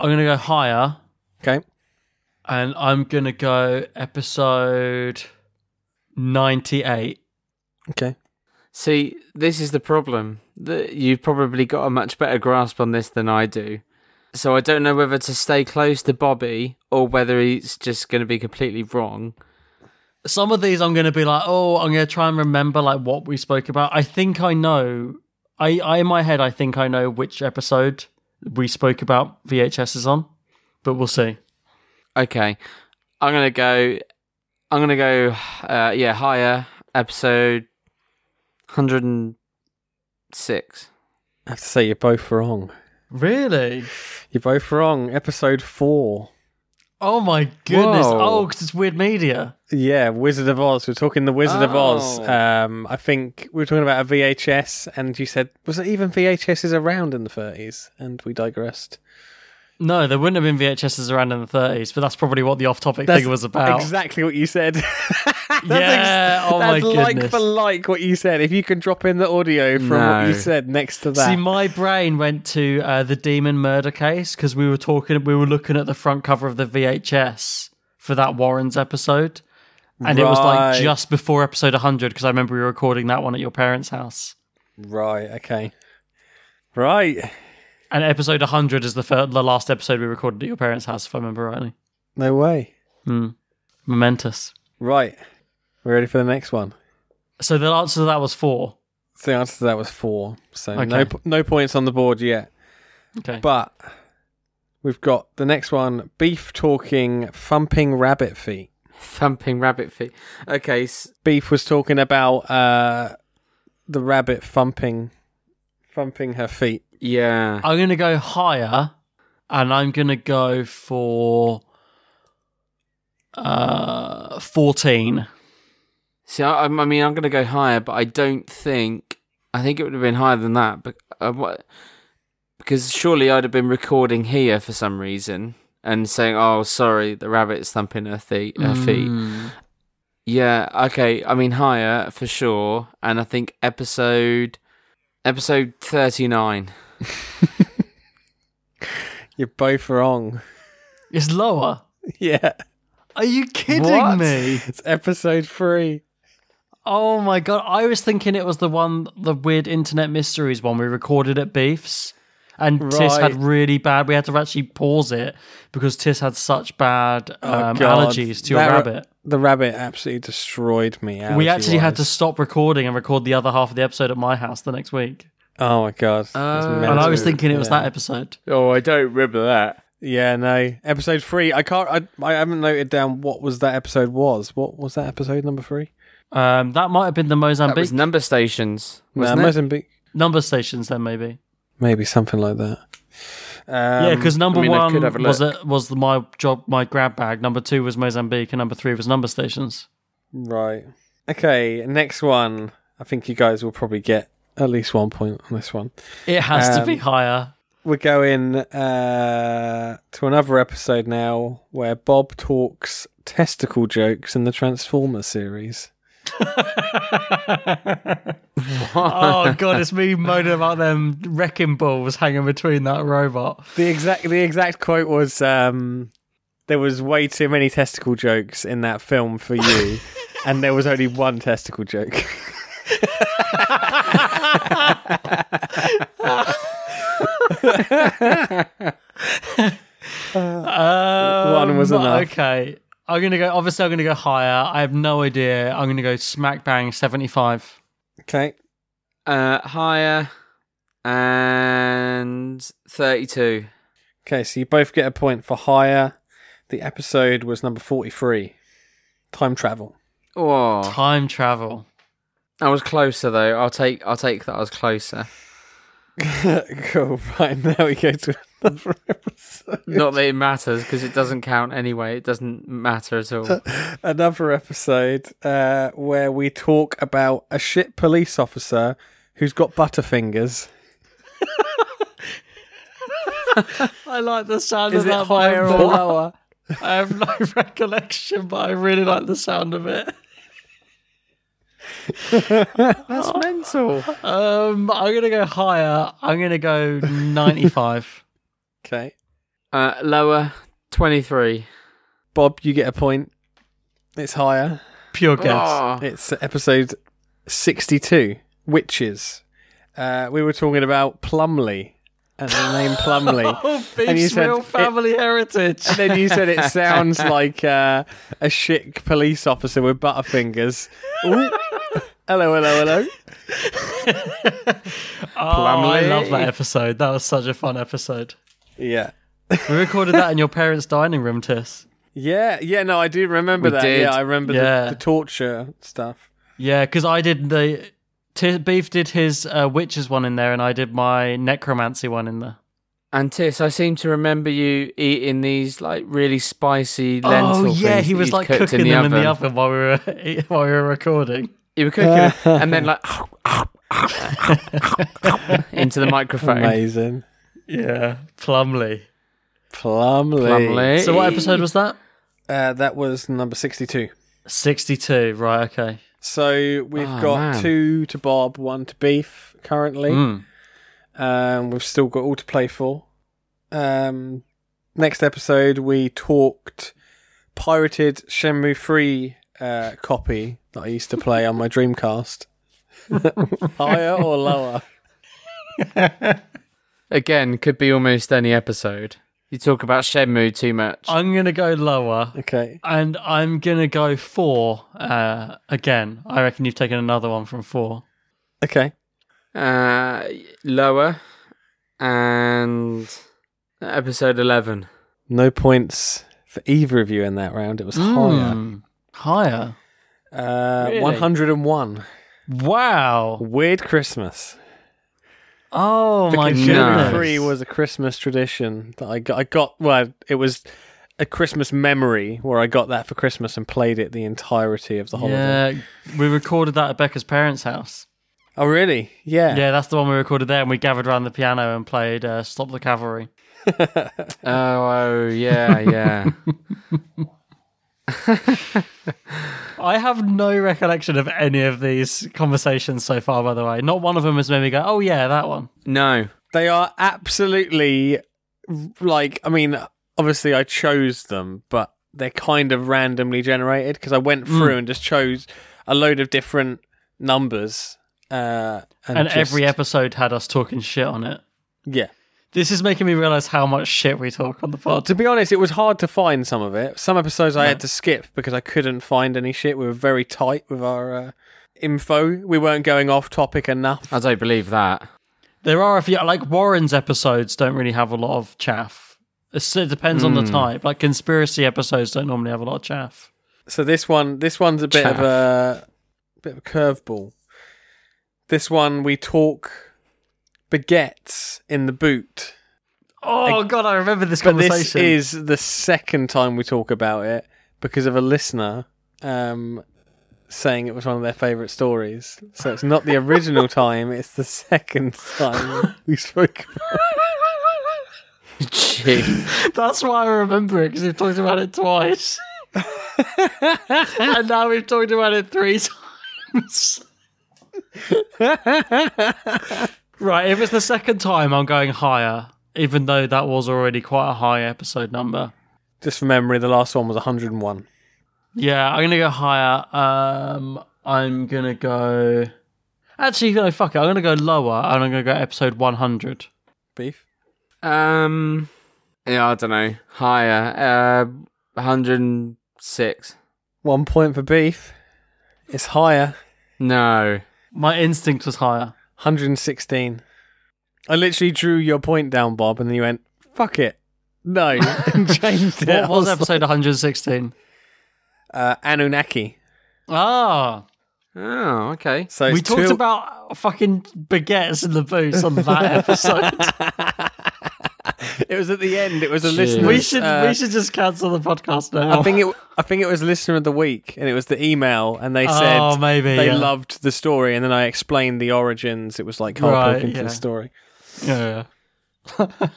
S3: I'm gonna go higher,
S2: Okay?
S3: and I'm gonna go episode 98.
S2: Okay.
S4: See, this is the problem. That you've probably got a much better grasp on this than I do. So I don't know whether to stay close to Bobby or whether he's just going to be completely wrong.
S3: some of these I'm going to be like, oh, I'm going to try and remember like what we spoke about. I think I know. I, I in my head, I think I know which episode we spoke about VHS is on, but we'll see.
S4: Okay, I'm gonna go. I'm gonna go. Uh, yeah, higher episode hundred and six.
S2: I have to say you're both wrong.
S3: Really?
S2: You're both wrong. Episode 4.
S3: Oh my goodness!
S4: Whoa.
S3: Oh, because it's weird media.
S2: Yeah, Wizard of Oz. We're talking the Wizard of Oz.
S4: Oh.
S2: Um, I think we were talking about a VHS, and you said, was it even VHSs around in the 30s? And we digressed.
S3: No, there wouldn't have been VHSs around in the 30s, but that's probably what the off-topic thing was about.
S2: exactly what you said. that's ex-
S3: Yeah, oh
S2: that's
S3: my
S2: like
S3: goodness.
S2: for like what you said. If you can drop in the audio from what
S4: No.
S2: you said next to that.
S3: See, my brain went to uh, the demon murder case because we were talking, we were looking at the front cover of the VHS for that Warrens episode, and it was
S2: Right.
S3: like just before episode 100 because I remember we were recording that one at your parents' house,
S2: right, okay. Right.
S3: and episode 100 is the fir- the last episode we recorded at your parents' house, if I remember rightly.
S2: No way.
S3: Momentous.
S2: Right. We ready for the next one?
S3: So the answer to that was four.
S2: So the answer to that was four. So no,
S3: Okay.
S2: p- no points on the board yet.
S3: Okay.
S2: But we've got the next one Beef talking thumping rabbit feet.
S4: Thumping rabbit feet. Okay, s-
S2: Beef was talking about uh, the rabbit thumping thumping her feet.
S4: yeah.
S3: I'm gonna go higher, and I'm gonna go for uh 14.
S4: See, I, I mean, I'm gonna go higher, but I don't think. I think it would have been higher than that, but uh, what? Because surely I'd have been recording here for some reason and saying, "Oh, sorry, the rabbit's thumping her, feet." her
S3: Mm.
S4: feet."
S2: Hmm.
S4: Yeah, okay. I mean, higher for sure, and I think episode episode thirty nine.
S2: You're both wrong.
S3: It's lower.
S2: yeah.
S3: Are you kidding
S4: What?
S3: me?
S2: It's episode three.
S3: Oh my god! I was thinking it was the one, the weird internet mysteries one we recorded at Beefs, and Tis had
S2: Right.
S3: really bad. We had to actually pause it because Tis had such bad
S4: Oh,
S3: um,
S2: Oh, God.
S3: allergies to
S2: That
S3: a
S2: ra-
S3: rabbit.
S2: the rabbit absolutely destroyed me.
S3: we actually had to
S2: allergy-wise.
S3: stop recording and record the other half of the episode at my house the next week.
S2: Oh my god! That's
S3: Uh, And I was
S2: mental.
S3: thinking it was
S2: Yeah.
S3: that episode.
S4: Oh, I don't remember that.
S2: Yeah, no. Episode three. I can't. I, I haven't noted down what was that episode was. What was that episode number three?
S3: Um, that might have been the
S4: That
S3: Mozambique
S4: was number stations. Wasn't
S2: no,
S4: it?
S2: Mozambique.
S3: number stations, then maybe.
S2: Maybe something like that. Um,
S3: Yeah, because number
S4: I mean, I could
S3: one
S4: have a
S3: was
S4: look.
S3: it was the, my job, my grab bag. Number two was Mozambique, and number three was number stations.
S2: Right. Okay. Next one. I think you guys will probably get at least one point on this one.
S3: It has to be
S2: Um,
S3: higher.
S2: We're going uh, to another episode now where Bob talks testicle jokes in the Transformer series.
S3: oh god, it's me moaning about them wrecking balls hanging between that robot.
S2: The exact the exact quote was um, there was way too many testicle jokes in that film for you, and there was only one testicle joke. One was
S3: Um,
S2: enough.
S3: Okay, I'm gonna go. Obviously, I'm gonna go higher. I have no idea. I'm gonna go smack bang seventy five.
S2: Okay.
S4: Uh, higher and thirty-two.
S2: Okay, so you both get a point for higher. The episode was number forty three. Time travel.
S4: Oh,
S3: Time travel.
S4: I was closer though. I'll take. I'll take that. I was closer.
S2: cool. Right now we go to another episode.
S4: Not that it matters because it doesn't count anyway. It doesn't matter at all.
S2: another episode uh, where we talk about a shit police officer who's got butterfingers.
S3: I like the sound
S4: Is
S3: of
S4: it
S3: that
S4: higher or
S3: Bible.
S4: lower?
S3: I have no recollection, but I really like the sound of it.
S4: That's mental.
S3: Um, I'm gonna go higher. I'm gonna go 95.
S2: Okay.
S4: Uh, lower twenty-three.
S2: Bob, you get a point. It's higher.
S3: Pure guess.
S4: Oh.
S2: It's episode 62 Witches. Uh, we were talking about Plumley and the name Plumley.
S3: Oh,
S2: And you
S3: beef's
S2: said
S3: real
S2: it-
S3: family heritage.
S2: And then you said it sounds like uh, a shit police officer with butterfingers. Ooh. Hello, hello, hello.
S3: Oh, I
S4: Plumley.
S3: love that episode. That was such a fun episode.
S2: Yeah.
S3: We recorded that in your parents' dining room, Tess.
S2: Yeah, yeah, no, I do remember
S4: We
S2: that.
S4: did.
S2: Yeah, I remember
S3: Yeah.
S2: The, the torture stuff.
S3: Yeah, because I did the T- Beef did his uh, witches one in there, and I did my necromancy one in there.
S4: And Tis, I seem to remember you eating these like really spicy lentil
S3: oh yeah,
S4: things
S3: he
S4: that
S3: was
S4: you'd
S3: like
S4: cooked
S3: cooking
S4: in the
S3: them
S4: oven.
S3: in the oven while we were e, while we were recording.
S4: You were cooking, it, and then like into the microphone.
S2: Amazing.
S3: Yeah, Plumley.
S2: Plumley.
S4: Plumley.
S3: So what episode was that?
S2: Uh, that was number 62.
S3: 62. Right. Okay.
S2: So we've
S4: Oh,
S2: got
S4: man. Mm.
S2: two to Bob, one to Beef currently.
S3: Hmm.
S2: Um, we've still got all to play for. Um, next episode, we talked pirated Shenmue 3 uh, copy that I used to play on my Dreamcast. Higher or lower?
S4: Again, could be almost any episode. You talk about Shenmue too much.
S3: I'm gonna go lower.
S2: Okay.
S3: And I'm gonna go four uh, again. I reckon you've taken another one from four.
S2: Okay.
S4: Uh, lower and episode eleven.
S2: No points for either of you in that round. It was Mm.
S3: Hmm. Higher.
S2: higher. Uh, 101.
S3: Wow.
S2: Weird Christmas.
S3: Oh my
S2: Because
S4: goodness.
S2: Shenmue 3 was a Christmas tradition that I got. I got, well, it was a Christmas memory where I got that for Christmas and played it the entirety of the holiday.
S3: Yeah, we recorded that at Becca's parents' house.
S2: Oh, really?
S3: Yeah.
S2: Yeah.
S3: that's the one we recorded there, and we gathered around the piano and played uh, "Stop the Cavalry."
S4: Oh, oh yeah, yeah.
S3: I have no recollection of any of these conversations so far. By the way, not one of them has made me go, "Oh yeah, that one."
S4: no,
S2: They are absolutely like, I mean, obviously I chose them, but they're kind of randomly generated because I went through and just chose a load of different numbers. Uh, and
S3: and every
S2: just-
S3: episode had us talking shit on it.
S2: yeah.
S3: This is making me realize how much shit we talk on the pod.
S2: To be honest, it was hard to find some of it. Some episodes I had to skip because I couldn't find any shit. We were very tight with our uh, info. We weren't going off topic enough.
S4: I don't believe that.
S3: There are a few, like Warren's episodes don't really have a lot of chaff. It's- It depends on the type. Like conspiracy episodes don't normally have a lot of chaff.
S2: So this one, this one's a bit
S4: Chaff.
S2: of a bit of a curveball. This one we talk baguettes in the boot.
S3: Oh god, I remember this
S2: But
S3: conversation.
S2: this is the second time we talk about it because of a listener um, saying it was one of their favourite stories. So it's not the original time; it's the second time we spoke. About
S4: Gee.
S3: That's why I remember it because we've talked about it twice, and now we've talked about it three times. right, if it's the second time, I'm going higher, even though that was already quite a high episode number.
S2: it. Just from memory, the last one was 101.
S3: Yeah, I'm gonna go higher. Um, I'm gonna go. Actually, no, fuck it. I'm gonna go lower, and I'm gonna go episode 100.
S2: Beef.
S4: um, yeah, I don't know. Higher, uh, 106.
S2: One point for beef. It's higher.
S4: No,
S3: My instinct was higher.
S2: 116. I literally drew your point down, Bob, and then you went, fuck it. No, and changed it. I
S3: what was
S2: like,
S3: episode 116?
S2: Uh, Anunnaki.
S3: Ah.
S4: Oh, okay.
S2: So
S3: we
S2: it's
S3: talked
S2: two-
S3: about fucking baguettes in the boots on that episode.
S2: It was at the end. It was a
S4: Jeez.
S2: listener.
S3: we should
S2: uh,
S3: we should just cancel the podcast now.
S2: I think it. I think it was listener of the week, and it was the email, and they said
S3: Oh, maybe,
S2: they
S3: yeah.
S2: loved the story, and then I explained the origins. It was like Carl
S3: Right,
S2: Pilkington's
S3: yeah.
S2: story.
S3: yeah,
S4: I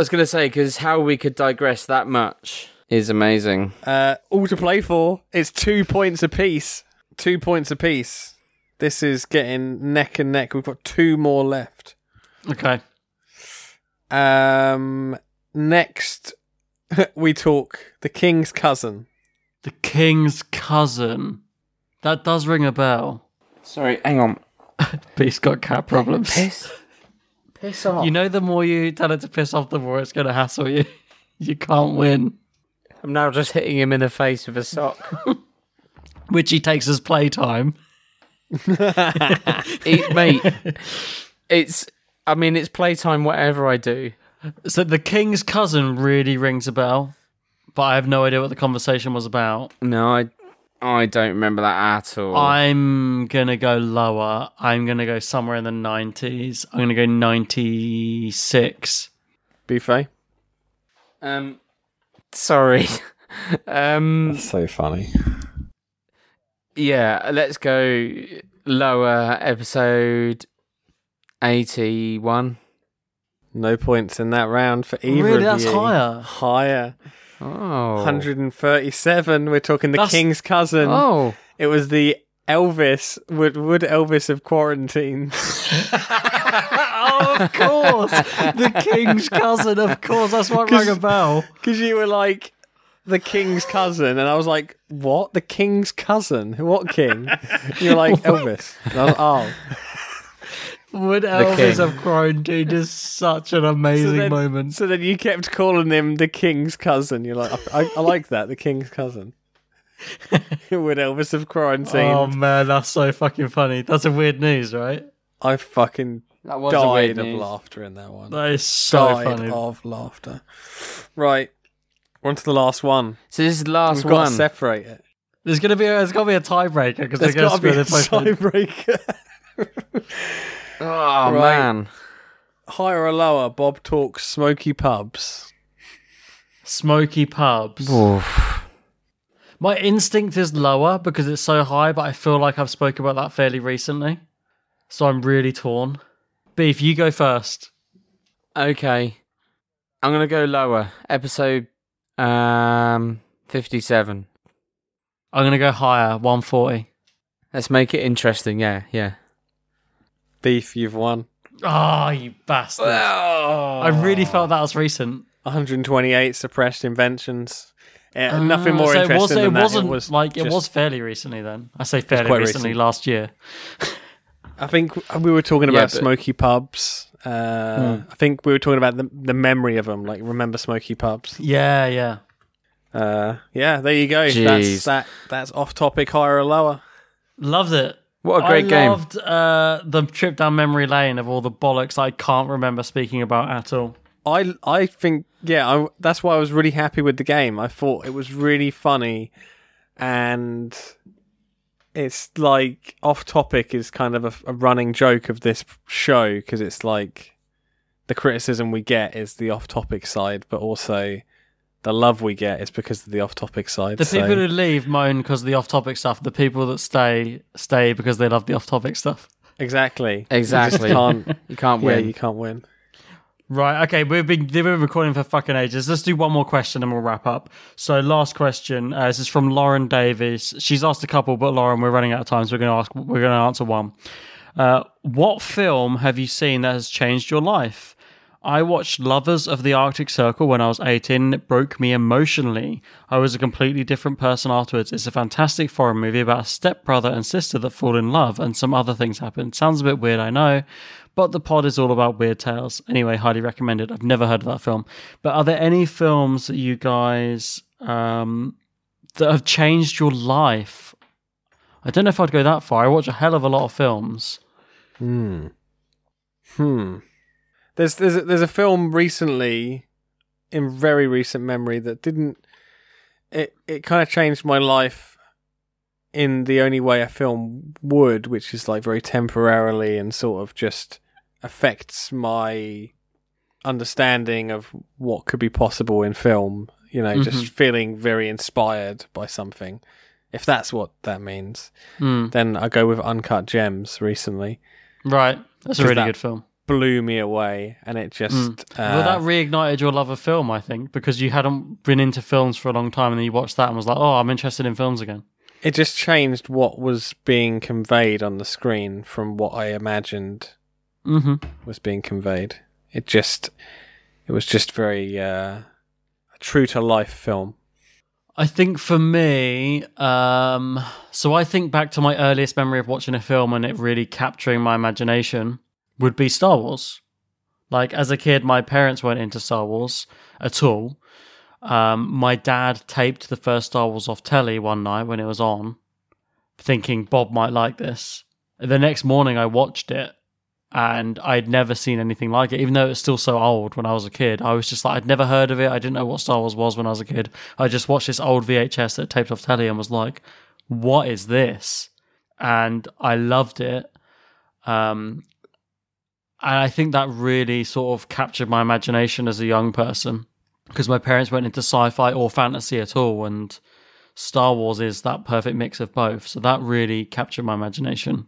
S4: was going to say, because how we could digress that much is amazing.
S2: Uh, all to play for. It's two points apiece. Two points apiece. This is getting neck and neck. We've got two more left.
S3: yeah. Okay.
S2: Um, next, we talk the king's cousin.
S3: The king's cousin. That does ring a bell.
S4: Sorry, hang on.
S3: Beast got cat problems.
S4: Piss. Piss off.
S3: You know, the more you tell it to piss off, the more it's going to hassle you. You can't win.
S4: I'm now just hitting him in the face with a sock.
S3: Which he takes as playtime.
S4: Eat, mate. It's, I mean, it's playtime, whatever I do.
S3: So the king's cousin really rings a bell, but I have no idea what the conversation was about.
S4: No, I, I don't remember that at all.
S3: I'm gonna go lower. I'm gonna go somewhere in the nineties. I'm gonna go ninety six.
S2: Buffet.
S4: Um, sorry. um,
S2: So funny.
S4: yeah, let's go lower episode 81.
S2: No points in that round for either
S3: Really?
S2: of
S3: That's
S2: you.
S3: higher?
S2: Higher.
S4: Oh.
S2: 137. We're talking the
S3: That's-
S2: king's cousin.
S4: Oh.
S2: It was the Elvis. Would would Elvis have quarantined?
S3: oh, of course, the king's cousin. Of course, that's what rang a bell.
S2: Because you were like the king's cousin, and I was like, what? The king's cousin? What king? You're like Elvis. And I was, oh.
S3: Would Elvis
S4: king.
S3: have quarantined is such an amazing
S2: then,
S3: moment.
S2: so then you kept calling him the king's cousin. You're like, I, I, I like that, the king's cousin. Would Elvis have quarantined?
S3: Oh man, that's so fucking funny. That's a weird news, right?
S2: I fucking
S4: That
S2: died of laughter in that one.
S3: That is so
S2: died
S3: funny.
S2: of laughter. Right, on to the last one.
S4: So this is the last
S2: We've got
S4: one.
S2: to separate it.
S3: There's gonna be a, there's gotta be a tiebreaker because
S2: There's got to be a
S3: time.
S2: tiebreaker.
S4: oh,
S2: Right.
S4: man.
S2: Higher or lower? Bob talks smoky pubs.
S3: smoky pubs.
S4: Oof.
S3: My instinct is lower because it's so high, but I feel like I've spoken about that fairly recently. So I'm really torn. Beef, you go first.
S4: Okay. I'm going to go lower. Episode um 57.
S3: I'm going to go higher, 140.
S4: Let's make it interesting. Yeah, yeah.
S2: Beef, you've won.
S3: Ah, you bastard. I really felt that was recent.
S2: 128 suppressed inventions. Yeah, nothing more
S3: Uh, Ah, so
S2: interesting
S3: it was,
S2: than
S3: it
S2: that.
S3: wasn't
S2: it was
S3: like it
S2: just-
S3: was fairly recently then. I say fairly
S2: quite
S3: recently,
S2: recent.
S3: last year.
S2: I think we were talking about
S4: Yeah, but- Hmm.
S2: smoky pubs. Uh, I think we were talking about the, the memory of them, like remember smoky pubs.
S3: Yeah, yeah.
S2: Uh, yeah, there you go.
S4: Jeez.
S2: That's that. That's off topic, higher or lower.
S3: Loved it.
S4: What a great
S3: I
S4: game.
S3: loved uh, the trip down memory lane of all the bollocks I can't remember speaking about at all.
S2: I I think yeah, I, that's why I was really happy with the game. I thought it was really funny, and it's like off topic is kind of a, a running joke of this show because it's like the criticism we get is the off topic side, but also the love we get is because of the off topic side.
S3: The
S2: so-
S3: people who leave moan because of the off-topic stuff. The people that stay stay because they love the off-topic stuff.
S2: exactly
S4: Exactly.
S2: you can't
S4: You can't
S2: yeah
S4: win.
S2: you can't win.
S3: Right, okay, we've been they've been recording for fucking ages. Let's do one more question and we'll wrap up. So last question. Uh, this is from Lauren Davies. She's asked a couple, but Lauren, we're running out of time, so we're gonna ask we're gonna answer one. Uh, what film have you seen that has changed your life? I watched Lovers of the Arctic Circle when I was 18 and it broke me emotionally. I was a completely different person afterwards. It's a fantastic foreign movie about a stepbrother and sister that fall in love and some other things happen. Sounds a bit weird, I know, but the pod is all about weird tales. Anyway, highly recommended. I've never heard of that film. But are there any films that you guys um, that have changed your life? I don't know if I'd go that far. I watch a hell of a lot of films.
S2: Hmm. Hmm. There's there's a, there's a film recently, in very recent memory, that didn't. It it kind of changed my life, in the only way a film would, which is like very temporarily and sort of just affects my understanding of what could be possible in film. You know, just feeling very inspired by something, if that's what that means.
S3: Hmm.
S2: Then I go with Uncut Gems recently
S3: Right. That's
S2: Does
S3: a really
S2: that-
S3: good film. Hmm.
S2: blew me away, and it just uh,
S3: well, that reignited your love of film, I think, because you hadn't been into films for a long time and then you watched that and was like, oh, I'm interested in films again.
S2: it just changed what was being conveyed on the screen from what I imagined Mm-hmm.
S3: hmm
S2: was being conveyed. It just it was just very uh, a true to life film.
S3: I think for me, um, so I think back to my earliest memory of watching a film and it really capturing my imagination would be Star Wars. Like as a kid, my parents weren't into Star Wars at all. Um, my dad taped the first Star Wars off telly one night when it was on, thinking Bob might like this. The next morning, I watched it and I'd never seen anything like it, even though it was still so old when I was a kid. I was just like, I'd never heard of it. I didn't know what Star Wars was when I was a kid. I just watched this old VHS that taped off telly and was like, what is this? And I loved it. Um, and I think that really sort of captured my imagination as a young person because my parents weren't into sci fi or fantasy at all. And Star Wars is that perfect mix of both. So that really captured my imagination.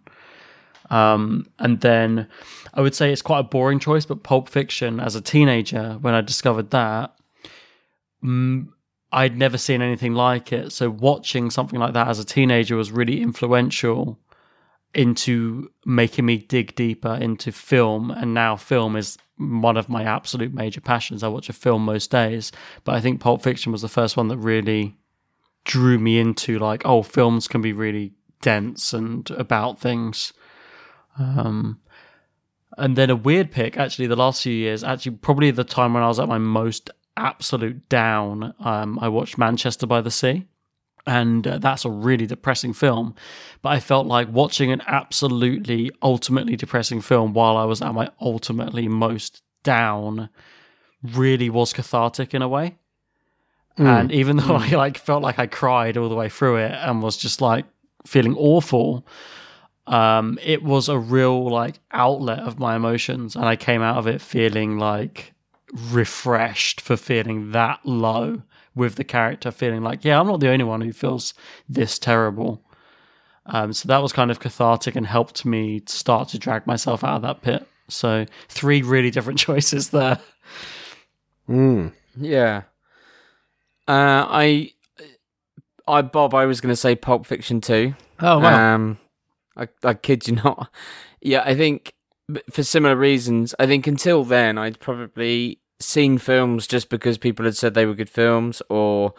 S3: Um, and then I would say it's quite a boring choice, but Pulp Fiction as a teenager, when I discovered that, mm, I'd never seen anything like it. So watching something like that as a teenager was really influential into making me dig deeper into film. And now film is one of my absolute major passions. I watch a film most days, but I think Pulp Fiction was the first one that really drew me into like, oh, films can be really dense and about things. Um, and then a weird pick, actually, the last few years, actually, probably the time when I was at my most absolute down, um, I watched Manchester by the Sea. And uh, that's a really depressing film. But I felt like watching an absolutely, ultimately depressing film while I was at my ultimately most down really was cathartic in a way. And even though I like felt like I cried all the way through it and was just like feeling awful, um, it was a real like outlet of my emotions, and I came out of it feeling like refreshed for feeling that low with the character, feeling like yeah, I'm not the only one who feels this terrible. Um, so that was kind of cathartic and helped me start to drag myself out of that pit. So three really different choices there.
S2: Mm.
S4: Yeah. Uh, I, I Bob, I was going to say Pulp Fiction too.
S3: Oh
S4: Um, I, I kid you not. Yeah, I think b- for similar reasons. I think until then, I'd probably seen films just because people had said they were good films, or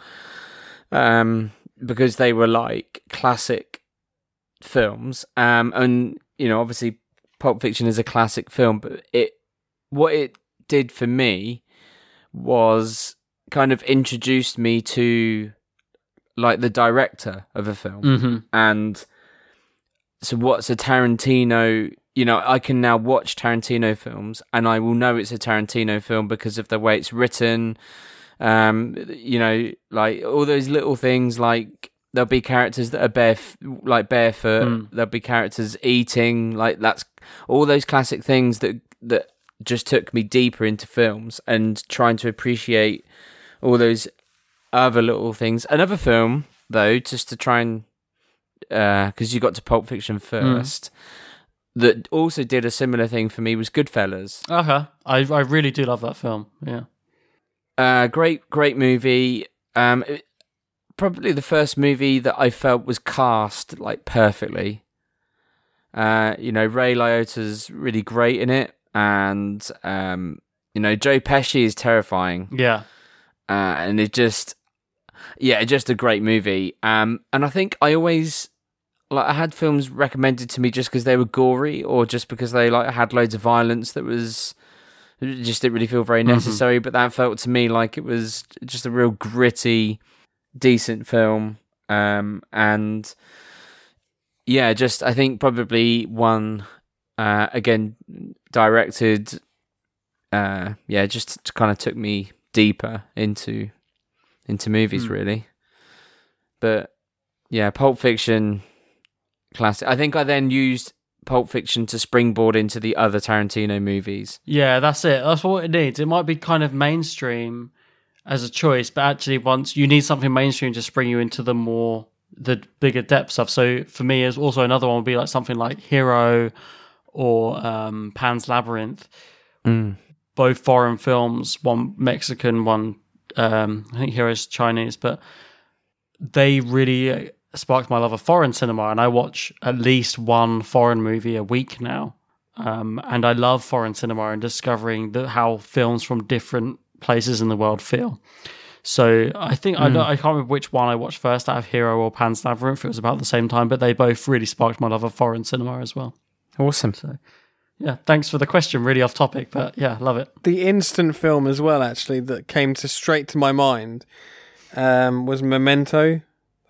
S4: um, because they were like classic films. Um, and you know, obviously, Pulp Fiction is a classic film, but it what it did for me was kind of introduced me to like the director of a film
S3: Mm-hmm.
S4: and so what's a Tarantino? You know, I can now watch Tarantino films, and I will know it's a Tarantino film because of the way it's written. Um, you know, like all those little things. Like there'll be characters that are bare, like barefoot.
S3: Mm.
S4: There'll be characters eating. Like that's all those classic things that that just took me deeper into films and trying to appreciate all those other little things. Another film though, just to try and because you got to Pulp Fiction first, that also did a similar thing for me was Goodfellas.
S3: Okay. I, I really do love that film. Yeah.
S4: Uh, great, great movie. Um, it- probably the first movie that I felt was cast like perfectly. Uh, you know, Ray Liotta's really great in it, and um, you know, Joe Pesci is terrifying.
S3: Yeah.
S4: uh, and it just yeah just a great movie um and i think i always like i had films recommended to me just because they were gory or just because they like had loads of violence that was it just didn't really feel very necessary but that felt to me like it was just a real gritty decent film um and yeah just i think probably one uh again directed uh yeah just kind of took me deeper into into movies really but yeah pulp fiction classic i think i then used pulp fiction to springboard into the other tarantino movies
S3: Yeah, that's it. That's what it needs. It might be kind of mainstream as a choice, but actually, once you need something mainstream to spring you into the more the bigger depth stuff. So for me, is also another one would be like something like Hero or um, Pan's Labyrinth, both foreign films, one Mexican, one um, I think Hero's Chinese, but they really uh, sparked my love of foreign cinema, and I watch at least one foreign movie a week now um, and I love foreign cinema and discovering the, how films from different places in the world feel. So I think I, don't- I can't remember which one I watched first, out of Hero or Pan's Labyrinth. It was about the same time, but they both really sparked my love of foreign cinema as well.
S4: awesome
S3: Yeah, thanks for the question. Really off topic, but yeah, love it.
S2: the instant film as well actually that came to straight to my mind um, was Memento,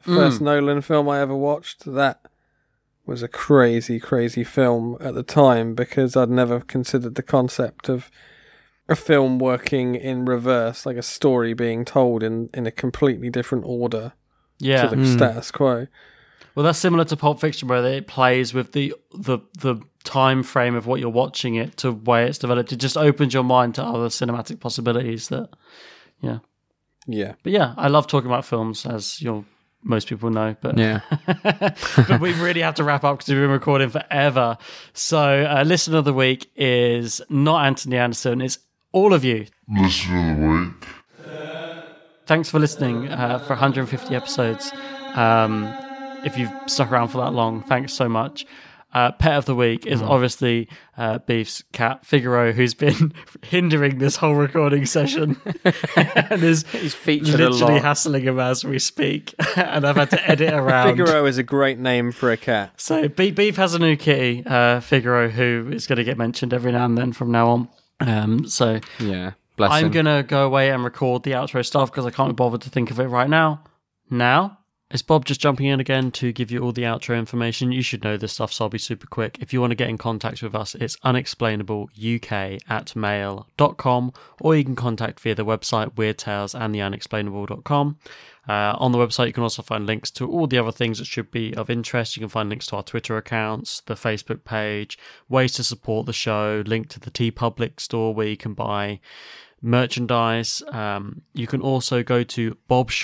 S2: the first Nolan film I ever watched. That was a crazy, crazy film at the time because I'd never considered the concept of a film working in reverse, like a story being told in, in a completely different order
S3: Yeah,
S2: to the status quo.
S3: Well, that's similar to Pulp Fiction, where it plays with the the the time frame of what you're watching it to where it's developed. It just opens your mind to other cinematic possibilities. That, yeah,
S2: Yeah.
S3: but yeah, I love talking about films, as you'll most people know. But
S4: yeah
S3: but we really have to wrap up because we've been recording forever. So, uh, listener of the week is not Anthony Anderson; it's all of you.
S5: Listener of the week.
S3: thanks for listening uh, for 150 episodes. Um, if you've stuck around for that long, thanks so much. Uh, pet of the week is
S4: Mm-hmm.
S3: obviously uh, Beef's cat Figaro, who's been hindering this whole recording session and is
S4: he's featured a
S3: literally
S4: lot
S3: hassling him as we speak. and I've had to edit around.
S2: Figaro is a great name for a cat.
S3: So Beef, Beef has a new kitty, uh, Figaro, who is going to get mentioned every now and then from now on. Um, so
S4: yeah bless
S3: I'm
S4: him
S3: gonna go away and record the outro stuff because I can't be bothered to think of it right now. Now it's Bob just jumping in again to give you all the outro information. You should know this stuff, so I'll be super quick. If you want to get in contact with us, it's unexplainableuk at mail.com, or you can contact via the website Weird Tales and the unexplainable.com. Uh, on the website, you can also find links to all the other things that should be of interest. You can find links to our Twitter accounts, the Facebook page, ways to support the show, link to the T Public store where you can buy merchandise. Um, you can also go to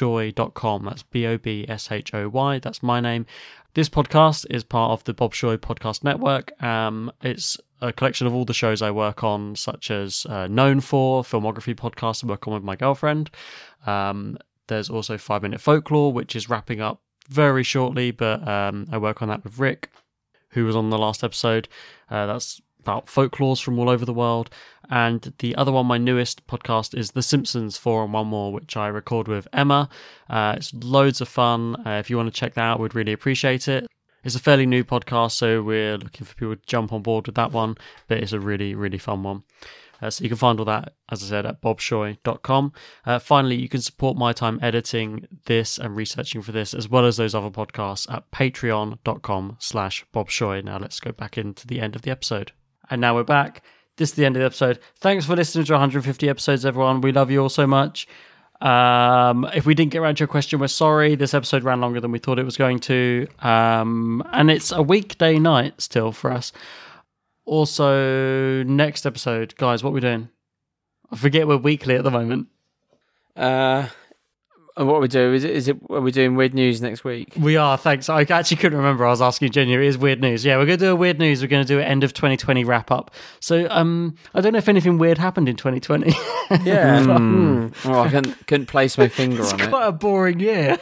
S3: bobshoy.com. That's B O B S H O Y. That's my name. This podcast is part of the Bob Shoy Podcast Network. Um, it's a collection of all the shows I work on, such as uh, Known For, Filmography Podcast, I work on with my girlfriend. Um, there's also Five Minute Folklore, which is wrapping up very shortly, but um, I work on that with Rick who was on the last episode. Uh, that's about folklores from all over the world. And the other one, my newest podcast, is The Simpsons Four and One More, which I record with Emma. Uh, it's loads of fun. Uh, if you want to check that out, we'd really appreciate it. It's a fairly new podcast, so we're looking for people to jump on board with that one, but it's a really, really fun one. Uh, so you can find all that, as I said, at bobshoy.com. Uh, finally, you can support my time editing this and researching for this, as well as those other podcasts at patreon.com slash bobshoy. Now let's go back into the end of the episode. And now we're back. This is the end of the episode. Thanks for listening to 150 episodes, everyone. We love you all so much. Um, if we didn't get around to your question, we're sorry. This episode ran longer than we thought it was going to. Um, and it's a weekday night still for us. Also, next episode, guys, what are we doing? I forget we're weekly at the moment.
S4: Uh, and what we do is it, is it are we doing weird news next week?
S3: We are, thanks. I actually couldn't remember. I was asking Junior. It is weird news. Yeah, we're going to do a weird news. We're going to do an end of 2020 wrap up. So, um, I don't know if anything weird happened in 2020.
S4: Yeah. Oh, I couldn't, couldn't place my finger on it.
S3: Quite a boring year.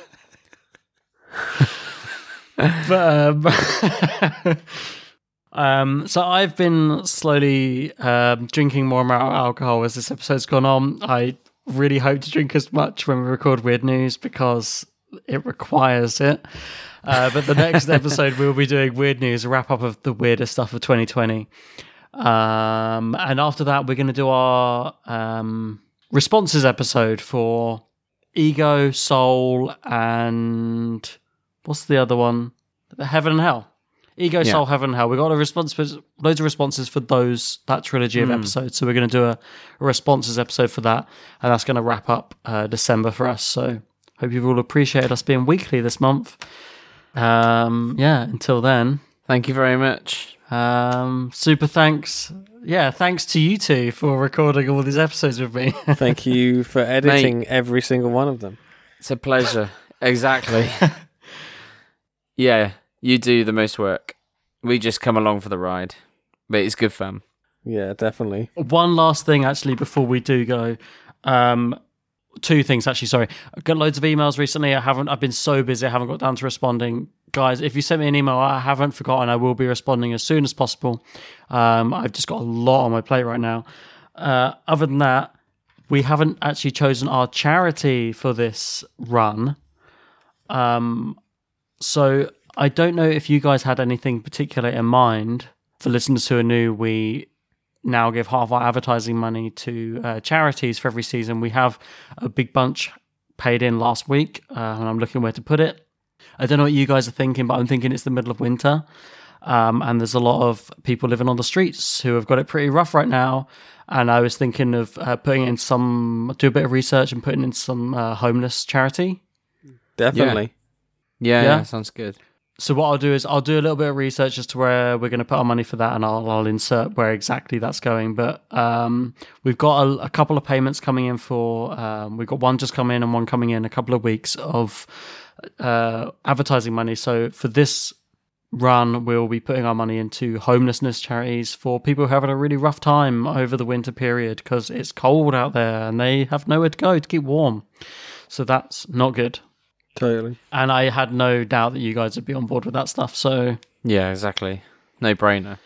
S3: but um, um, so I've been slowly um, drinking more amount of alcohol as this episode's gone on. I really hope to drink as much when we record weird news because it requires it. Uh, but the next episode we'll be doing weird news, a wrap up of the weirdest stuff of 2020. Um, and after that, we're going to do our um, responses episode for ego, soul, and what's the other one? Heaven and Hell. Ego, soul, heaven, and hell. We got a response, loads of responses for those that trilogy of episodes. So we're going to do a, a responses episode for that, and that's going to wrap up uh, December for us. So hope you've all appreciated us being weekly this month. Um, yeah. Until then.
S4: Thank you very much.
S3: Um, super thanks. Yeah, thanks to you two for recording all these episodes with me.
S2: Thank you for editing every single one of them.
S4: It's a pleasure. exactly. yeah, you do the most work. We just come along for the ride, but it's good fun.
S2: Yeah, definitely.
S3: One last thing, actually, before we do go. Um, two things, actually. Sorry, I got loads of emails recently. I haven't. I've been so busy. I haven't got down to responding. Guys, if you sent me an email, I haven't forgotten. I will be responding as soon as possible. Um, I've just got a lot on my plate right now. Uh, other than that, we haven't actually chosen our charity for this run. Um, so I don't know if you guys had anything particular in mind for listeners who are new. We now give half our advertising money to uh, charities for every season. We have a big bunch paid in last week, uh, and I'm looking where to put it. I don't know what you guys are thinking, but I'm thinking it's the middle of winter, um, and there's a lot of people living on the streets who have got it pretty rough right now. And I was thinking of uh, putting in some, do a bit of research and putting in some uh, homeless charity.
S2: Definitely.
S4: Yeah,
S3: Yeah.
S4: yeah, sounds good.
S3: So what I'll do is I'll do a little bit of research as to where we're going to put our money for that, and I'll, I'll insert where exactly that's going. But um, we've got a, a couple of payments coming in for. Um, we've got one just come in and one coming in a couple of weeks of uh, advertising money. So for this run, we'll be putting our money into homelessness charities for people who are having a really rough time over the winter period because it's cold out there and they have nowhere to go to keep warm. So that's not good.
S2: Totally.
S3: And I had no doubt that you guys would be on board with that stuff. So,
S4: Yeah, exactly. No brainer.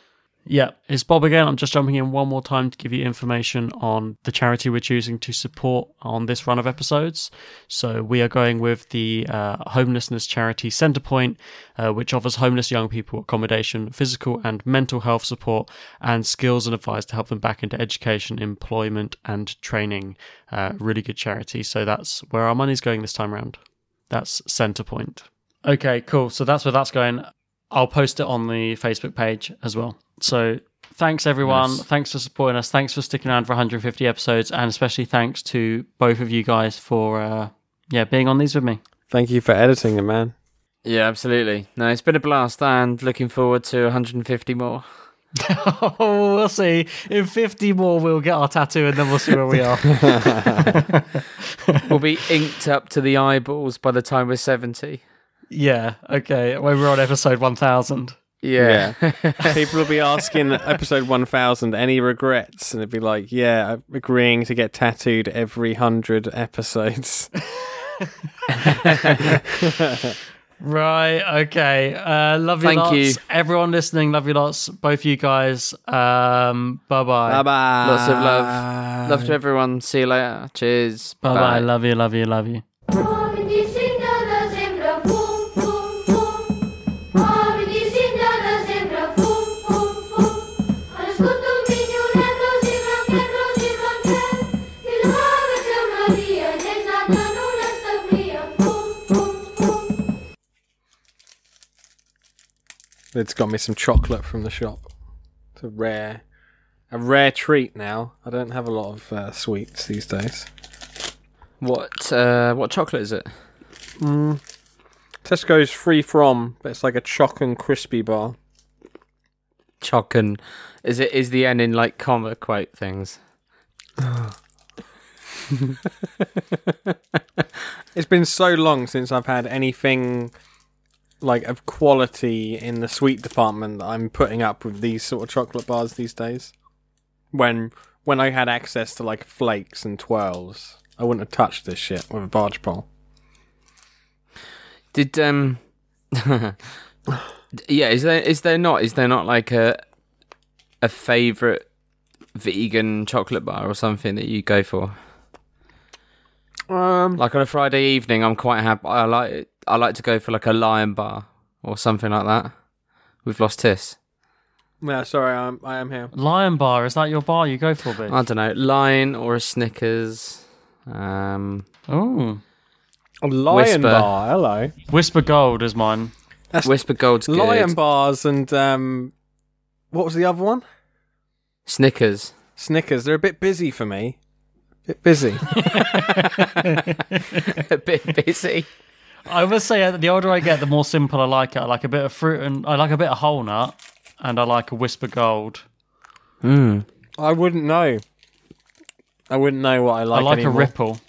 S3: yeah, it's Bob again. I'm just jumping in one more time to give you information on the charity we're choosing to support on this run of episodes. So, we are going with the uh, homelessness charity Centrepoint, uh, which offers homeless young people accommodation, physical and mental health support, and skills and advice to help them back into education, employment, and training. Uh, really good charity. So, that's where our money's going this time around. That's center point. Okay, cool. So that's where that's going. I'll post it on the Facebook page as well. So thanks everyone. Thanks for supporting us. Thanks for sticking around for 150 episodes, and especially thanks to both of you guys for uh, yeah being on these with me.
S2: Thank you for editing them, man.
S4: Yeah, absolutely. No, it's been a blast and looking forward to 150 more.
S3: oh, we'll see. In 50 more, we'll get our tattoo, and then we'll see where we are.
S4: We'll be inked up to the eyeballs by the time we're 70.
S3: yeah. Okay. When we're on episode 1,000.
S4: Yeah.
S2: People will be asking episode 1000 any regrets, and it'd be like, yeah, I'm agreeing to get tattooed every 100 episodes.
S3: Right. Okay. Uh, love you
S4: Thank
S3: lots.
S4: you.
S3: Everyone listening, love you lots. Both you guys. Um, bye bye.
S2: bye.
S4: Lots of love. Love to everyone. See you later. Cheers.
S3: Bye bye. Uh, Love you. Love you. Love you.
S7: Comedy Cinderella Zebra, boom, boom, boom. Comedy Cinderella Zebra, boom, boom, boom. Al escuto un niño negro, zebra, negro, zebra, negro. Y la ave se amaría, llena de luna estaría, boom, boom, boom.
S2: Lid's got me some chocolate from the shop. It's a rare, a rare treat now. I don't have a lot of uh, sweets these days.
S4: What uh, what chocolate is it?
S2: Tesco's free from, but it's like a choc and crispy bar.
S4: Choc and is it is the end in like comma quote things?
S2: It's been so long since I've had anything like of quality in the sweet department that I'm putting up with these sort of chocolate bars these days. When when I had access to like flakes and twirls, I wouldn't have touched this shit with a barge pole.
S4: Did um, yeah. Is there is there not is there not like a a favorite vegan chocolate bar or something that you go for?
S2: Um,
S4: Like on a Friday evening, I'm quite happy. I like I like to go for like a lion bar or something like that. We've lost Tiss.
S2: no, sorry, I'm, I am here.
S3: Lion Bar is that your bar you go for,
S4: I
S3: bitch?
S4: don't know, lion or a Snickers. Um,
S3: Oh,
S2: A lion
S4: Whisper.
S2: bar, hello.
S3: Whisper Gold is mine.
S4: Whisper Gold's good.
S2: Lion bars and um, what was the other one?
S4: Snickers.
S2: Snickers. They're a bit busy for me. bit busy.
S4: a bit busy.
S3: I will say that the older I get, the more simple I like it. I like a bit of fruit and I like a bit of whole nut, and I like a Whisper Gold.
S2: I wouldn't know. I wouldn't know what I like.
S3: I like
S2: anymore.
S3: a Ripple.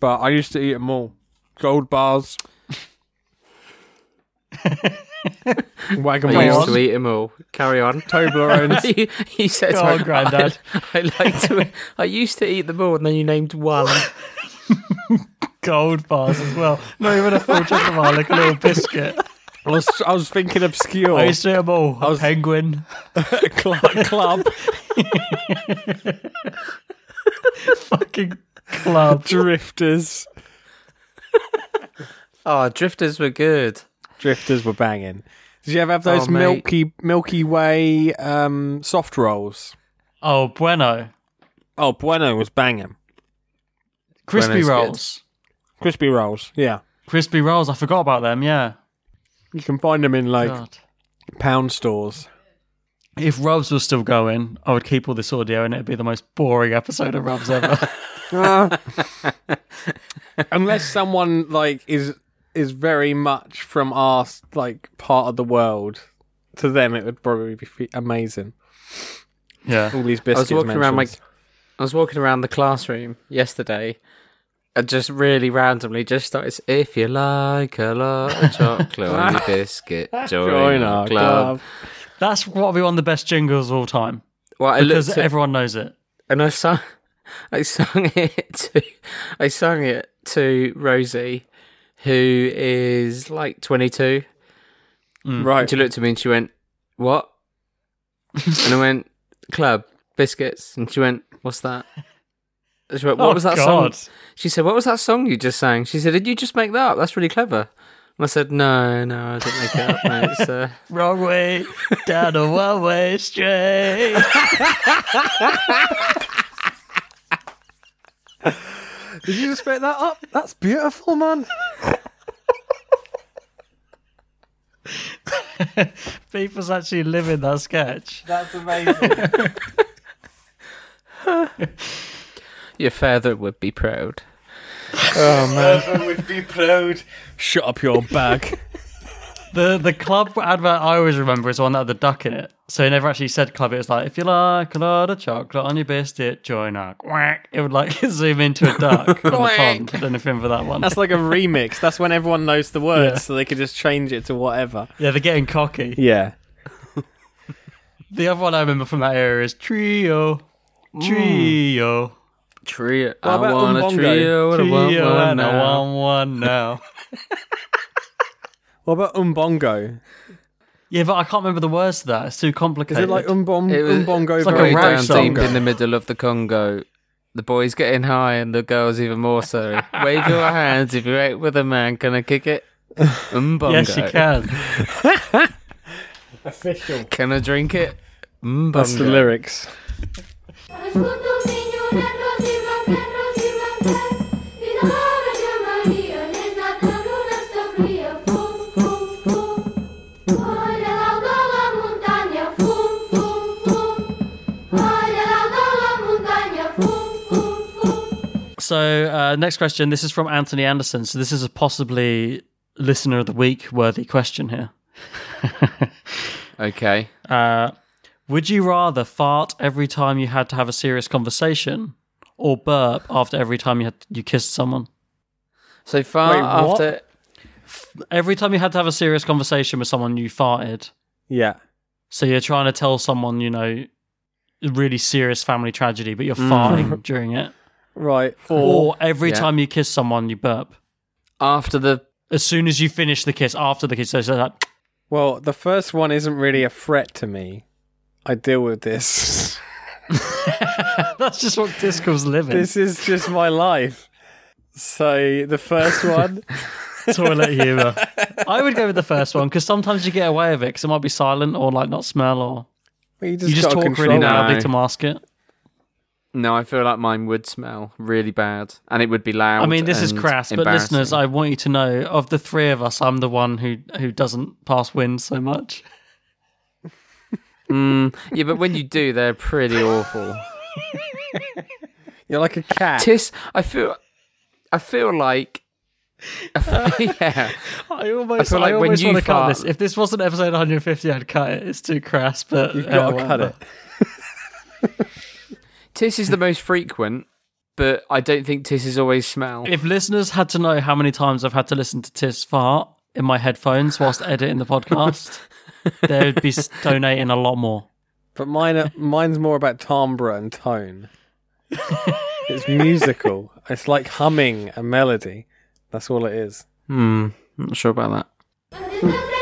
S2: but I used to eat them all. Gold bars. Wagon
S4: I used to
S2: wheels.
S4: eat them all. Carry on.
S2: Toblerones.
S4: he, he says,
S3: Go on, Grandad.
S4: I, I like to. I used to eat them all, and then you named one.
S3: Gold bars as well. Not even a full chocolate bar, like a little biscuit.
S2: I, was, I was thinking obscure.
S3: I used to eat 'em all.
S2: Oh. was-
S3: Penguin.
S2: Cl- club,
S3: Fucking club.
S2: drifters.
S4: oh, drifters were good.
S2: Drifters were banging. Did you ever have those
S4: Oh, mate.
S2: Milky Milky Way um, soft rolls?
S3: Oh, Bueno.
S2: Oh, Bueno was banging.
S3: Crispy
S4: Bueno's good.
S3: rolls.
S2: Crispy rolls. Yeah,
S3: Crispy rolls. I forgot about them. Yeah.
S2: you can find them in like
S3: God.
S2: pound stores.
S3: If Robs was still going, I would keep all this audio and it'd be the most boring episode of Robs ever.
S2: unless someone like is is very much from our like part of the world to them it would probably be fe- amazing
S3: yeah.
S2: all these
S4: I
S2: biscuits
S4: was walking around my,
S2: mentions.
S4: I was walking around the classroom yesterday, and just really randomly just started. If you like a lot of chocolate on your biscuit, join,
S2: join
S4: our,
S2: our
S4: club.
S2: club
S3: That's what we won the best jingles of all time
S4: Well, I
S3: because
S4: looked at,
S3: everyone knows it.
S4: and I sung, I sung it to, I sung it to Rosie, who is like 22. And
S2: right
S4: she looked at me and she went, "What?" and I went, "Club biscuits." And she went, "What's that?" And she went, "What
S3: Oh,
S4: was that
S3: God.
S4: song?" She said, "What was that song you just sang?" She said, "Did you just make that up? That's really clever." And I said, "No, no, I didn't make it up. No, it's, uh,
S3: Wrong way, down a one way street.
S2: did you just make that up that's beautiful man
S3: People's actually living that sketch.
S2: that's amazing
S4: your father would be proud."
S2: would be proud shut up your bag
S3: The the club advert I always remember is the one that had the duck in it. So it never actually said club. It was like, if you like a lot of chocolate on your biscuit, join our quack. It would like zoom into a duck on the pond. I don't know if you remember that one.
S2: that's like a remix that's when everyone knows the words so they could just change it to whatever
S3: yeah, they're getting cocky.
S2: yeah
S3: The other one I remember from that era is Trio.
S4: Mm.
S3: Trio.
S4: Trio.
S2: about
S4: I want a
S2: Umbongo?
S4: trio. and I want
S3: Trio
S4: one
S3: and I
S4: now.
S3: want one now.
S2: What about umbongo?
S3: Yeah, but I can't remember the words to that. It's too
S2: Is
S3: complicated.
S2: it like umbon-
S4: It was-
S2: umbongo?
S3: it's like a
S2: very
S4: Way
S3: rap
S4: down
S3: song.
S4: deep in the middle of the Congo. The boys getting high and the girls even more so. Wave your hands if you're out with a man. Can I kick it? Mbongo.
S3: yes, you can.
S2: official?
S4: Can I drink it? Mbongo.
S2: That's the lyrics.
S3: So, uh, next question. This is from Anthony Anderson. So, this is a possibly listener of the week worthy question here.
S4: Okay.
S3: Uh, would you rather fart every time you had to have a serious conversation or burp after every time you had you kissed someone?
S4: So far
S2: Wait, what?
S4: after.
S3: Every time you had to have a serious conversation with someone, you farted.
S2: Yeah.
S3: So you're trying to tell someone, you know, a really serious family tragedy, but you're
S2: Mm.
S3: farting during it.
S2: Right.
S3: Or every
S4: Yeah.
S3: time you kiss someone, you burp.
S4: After the.
S3: As soon as you finish the kiss, after the kiss, so it's like,
S2: Well, the first one isn't really a threat to me. I deal with this.
S3: that's just what Discord's living.
S2: this is just my life. So the first one,
S3: toilet humor. I would go with the first one because sometimes you get away with it because it might be silent or like not smell or
S2: well, you just,
S3: you just
S2: gotta
S3: talk
S2: control
S3: really
S4: it.
S2: it.
S3: loudly
S4: No.
S3: to mask it.
S4: No, I feel like mine would smell really bad, and it would be loud.
S3: I mean, this is
S4: and
S3: crass, but
S4: embarrassing.
S3: listeners, I want you to know of the three of us, I'm the one who who doesn't pass wind so much.
S4: Mm, yeah, but when you do, they're pretty awful.
S2: You're like a cat.
S4: Tis. I feel. I feel like. yeah.
S3: I almost,
S4: I feel like
S3: I
S4: when
S3: almost
S4: you
S3: want to cut
S4: fart-
S3: this. If this wasn't episode 150, I'd cut it. It's too crass, but
S2: You've got to cut it.
S4: Tis is the most frequent, but I don't think tis is always smell.
S3: If listeners had to know how many times I've had to listen to Tis fart in my headphones whilst editing the podcast, they would be s- donating a lot more.
S2: But mine, are, mine's more about timbre and tone. it's musical. It's like humming a melody. That's all it is.
S4: Hmm. Not sure about that.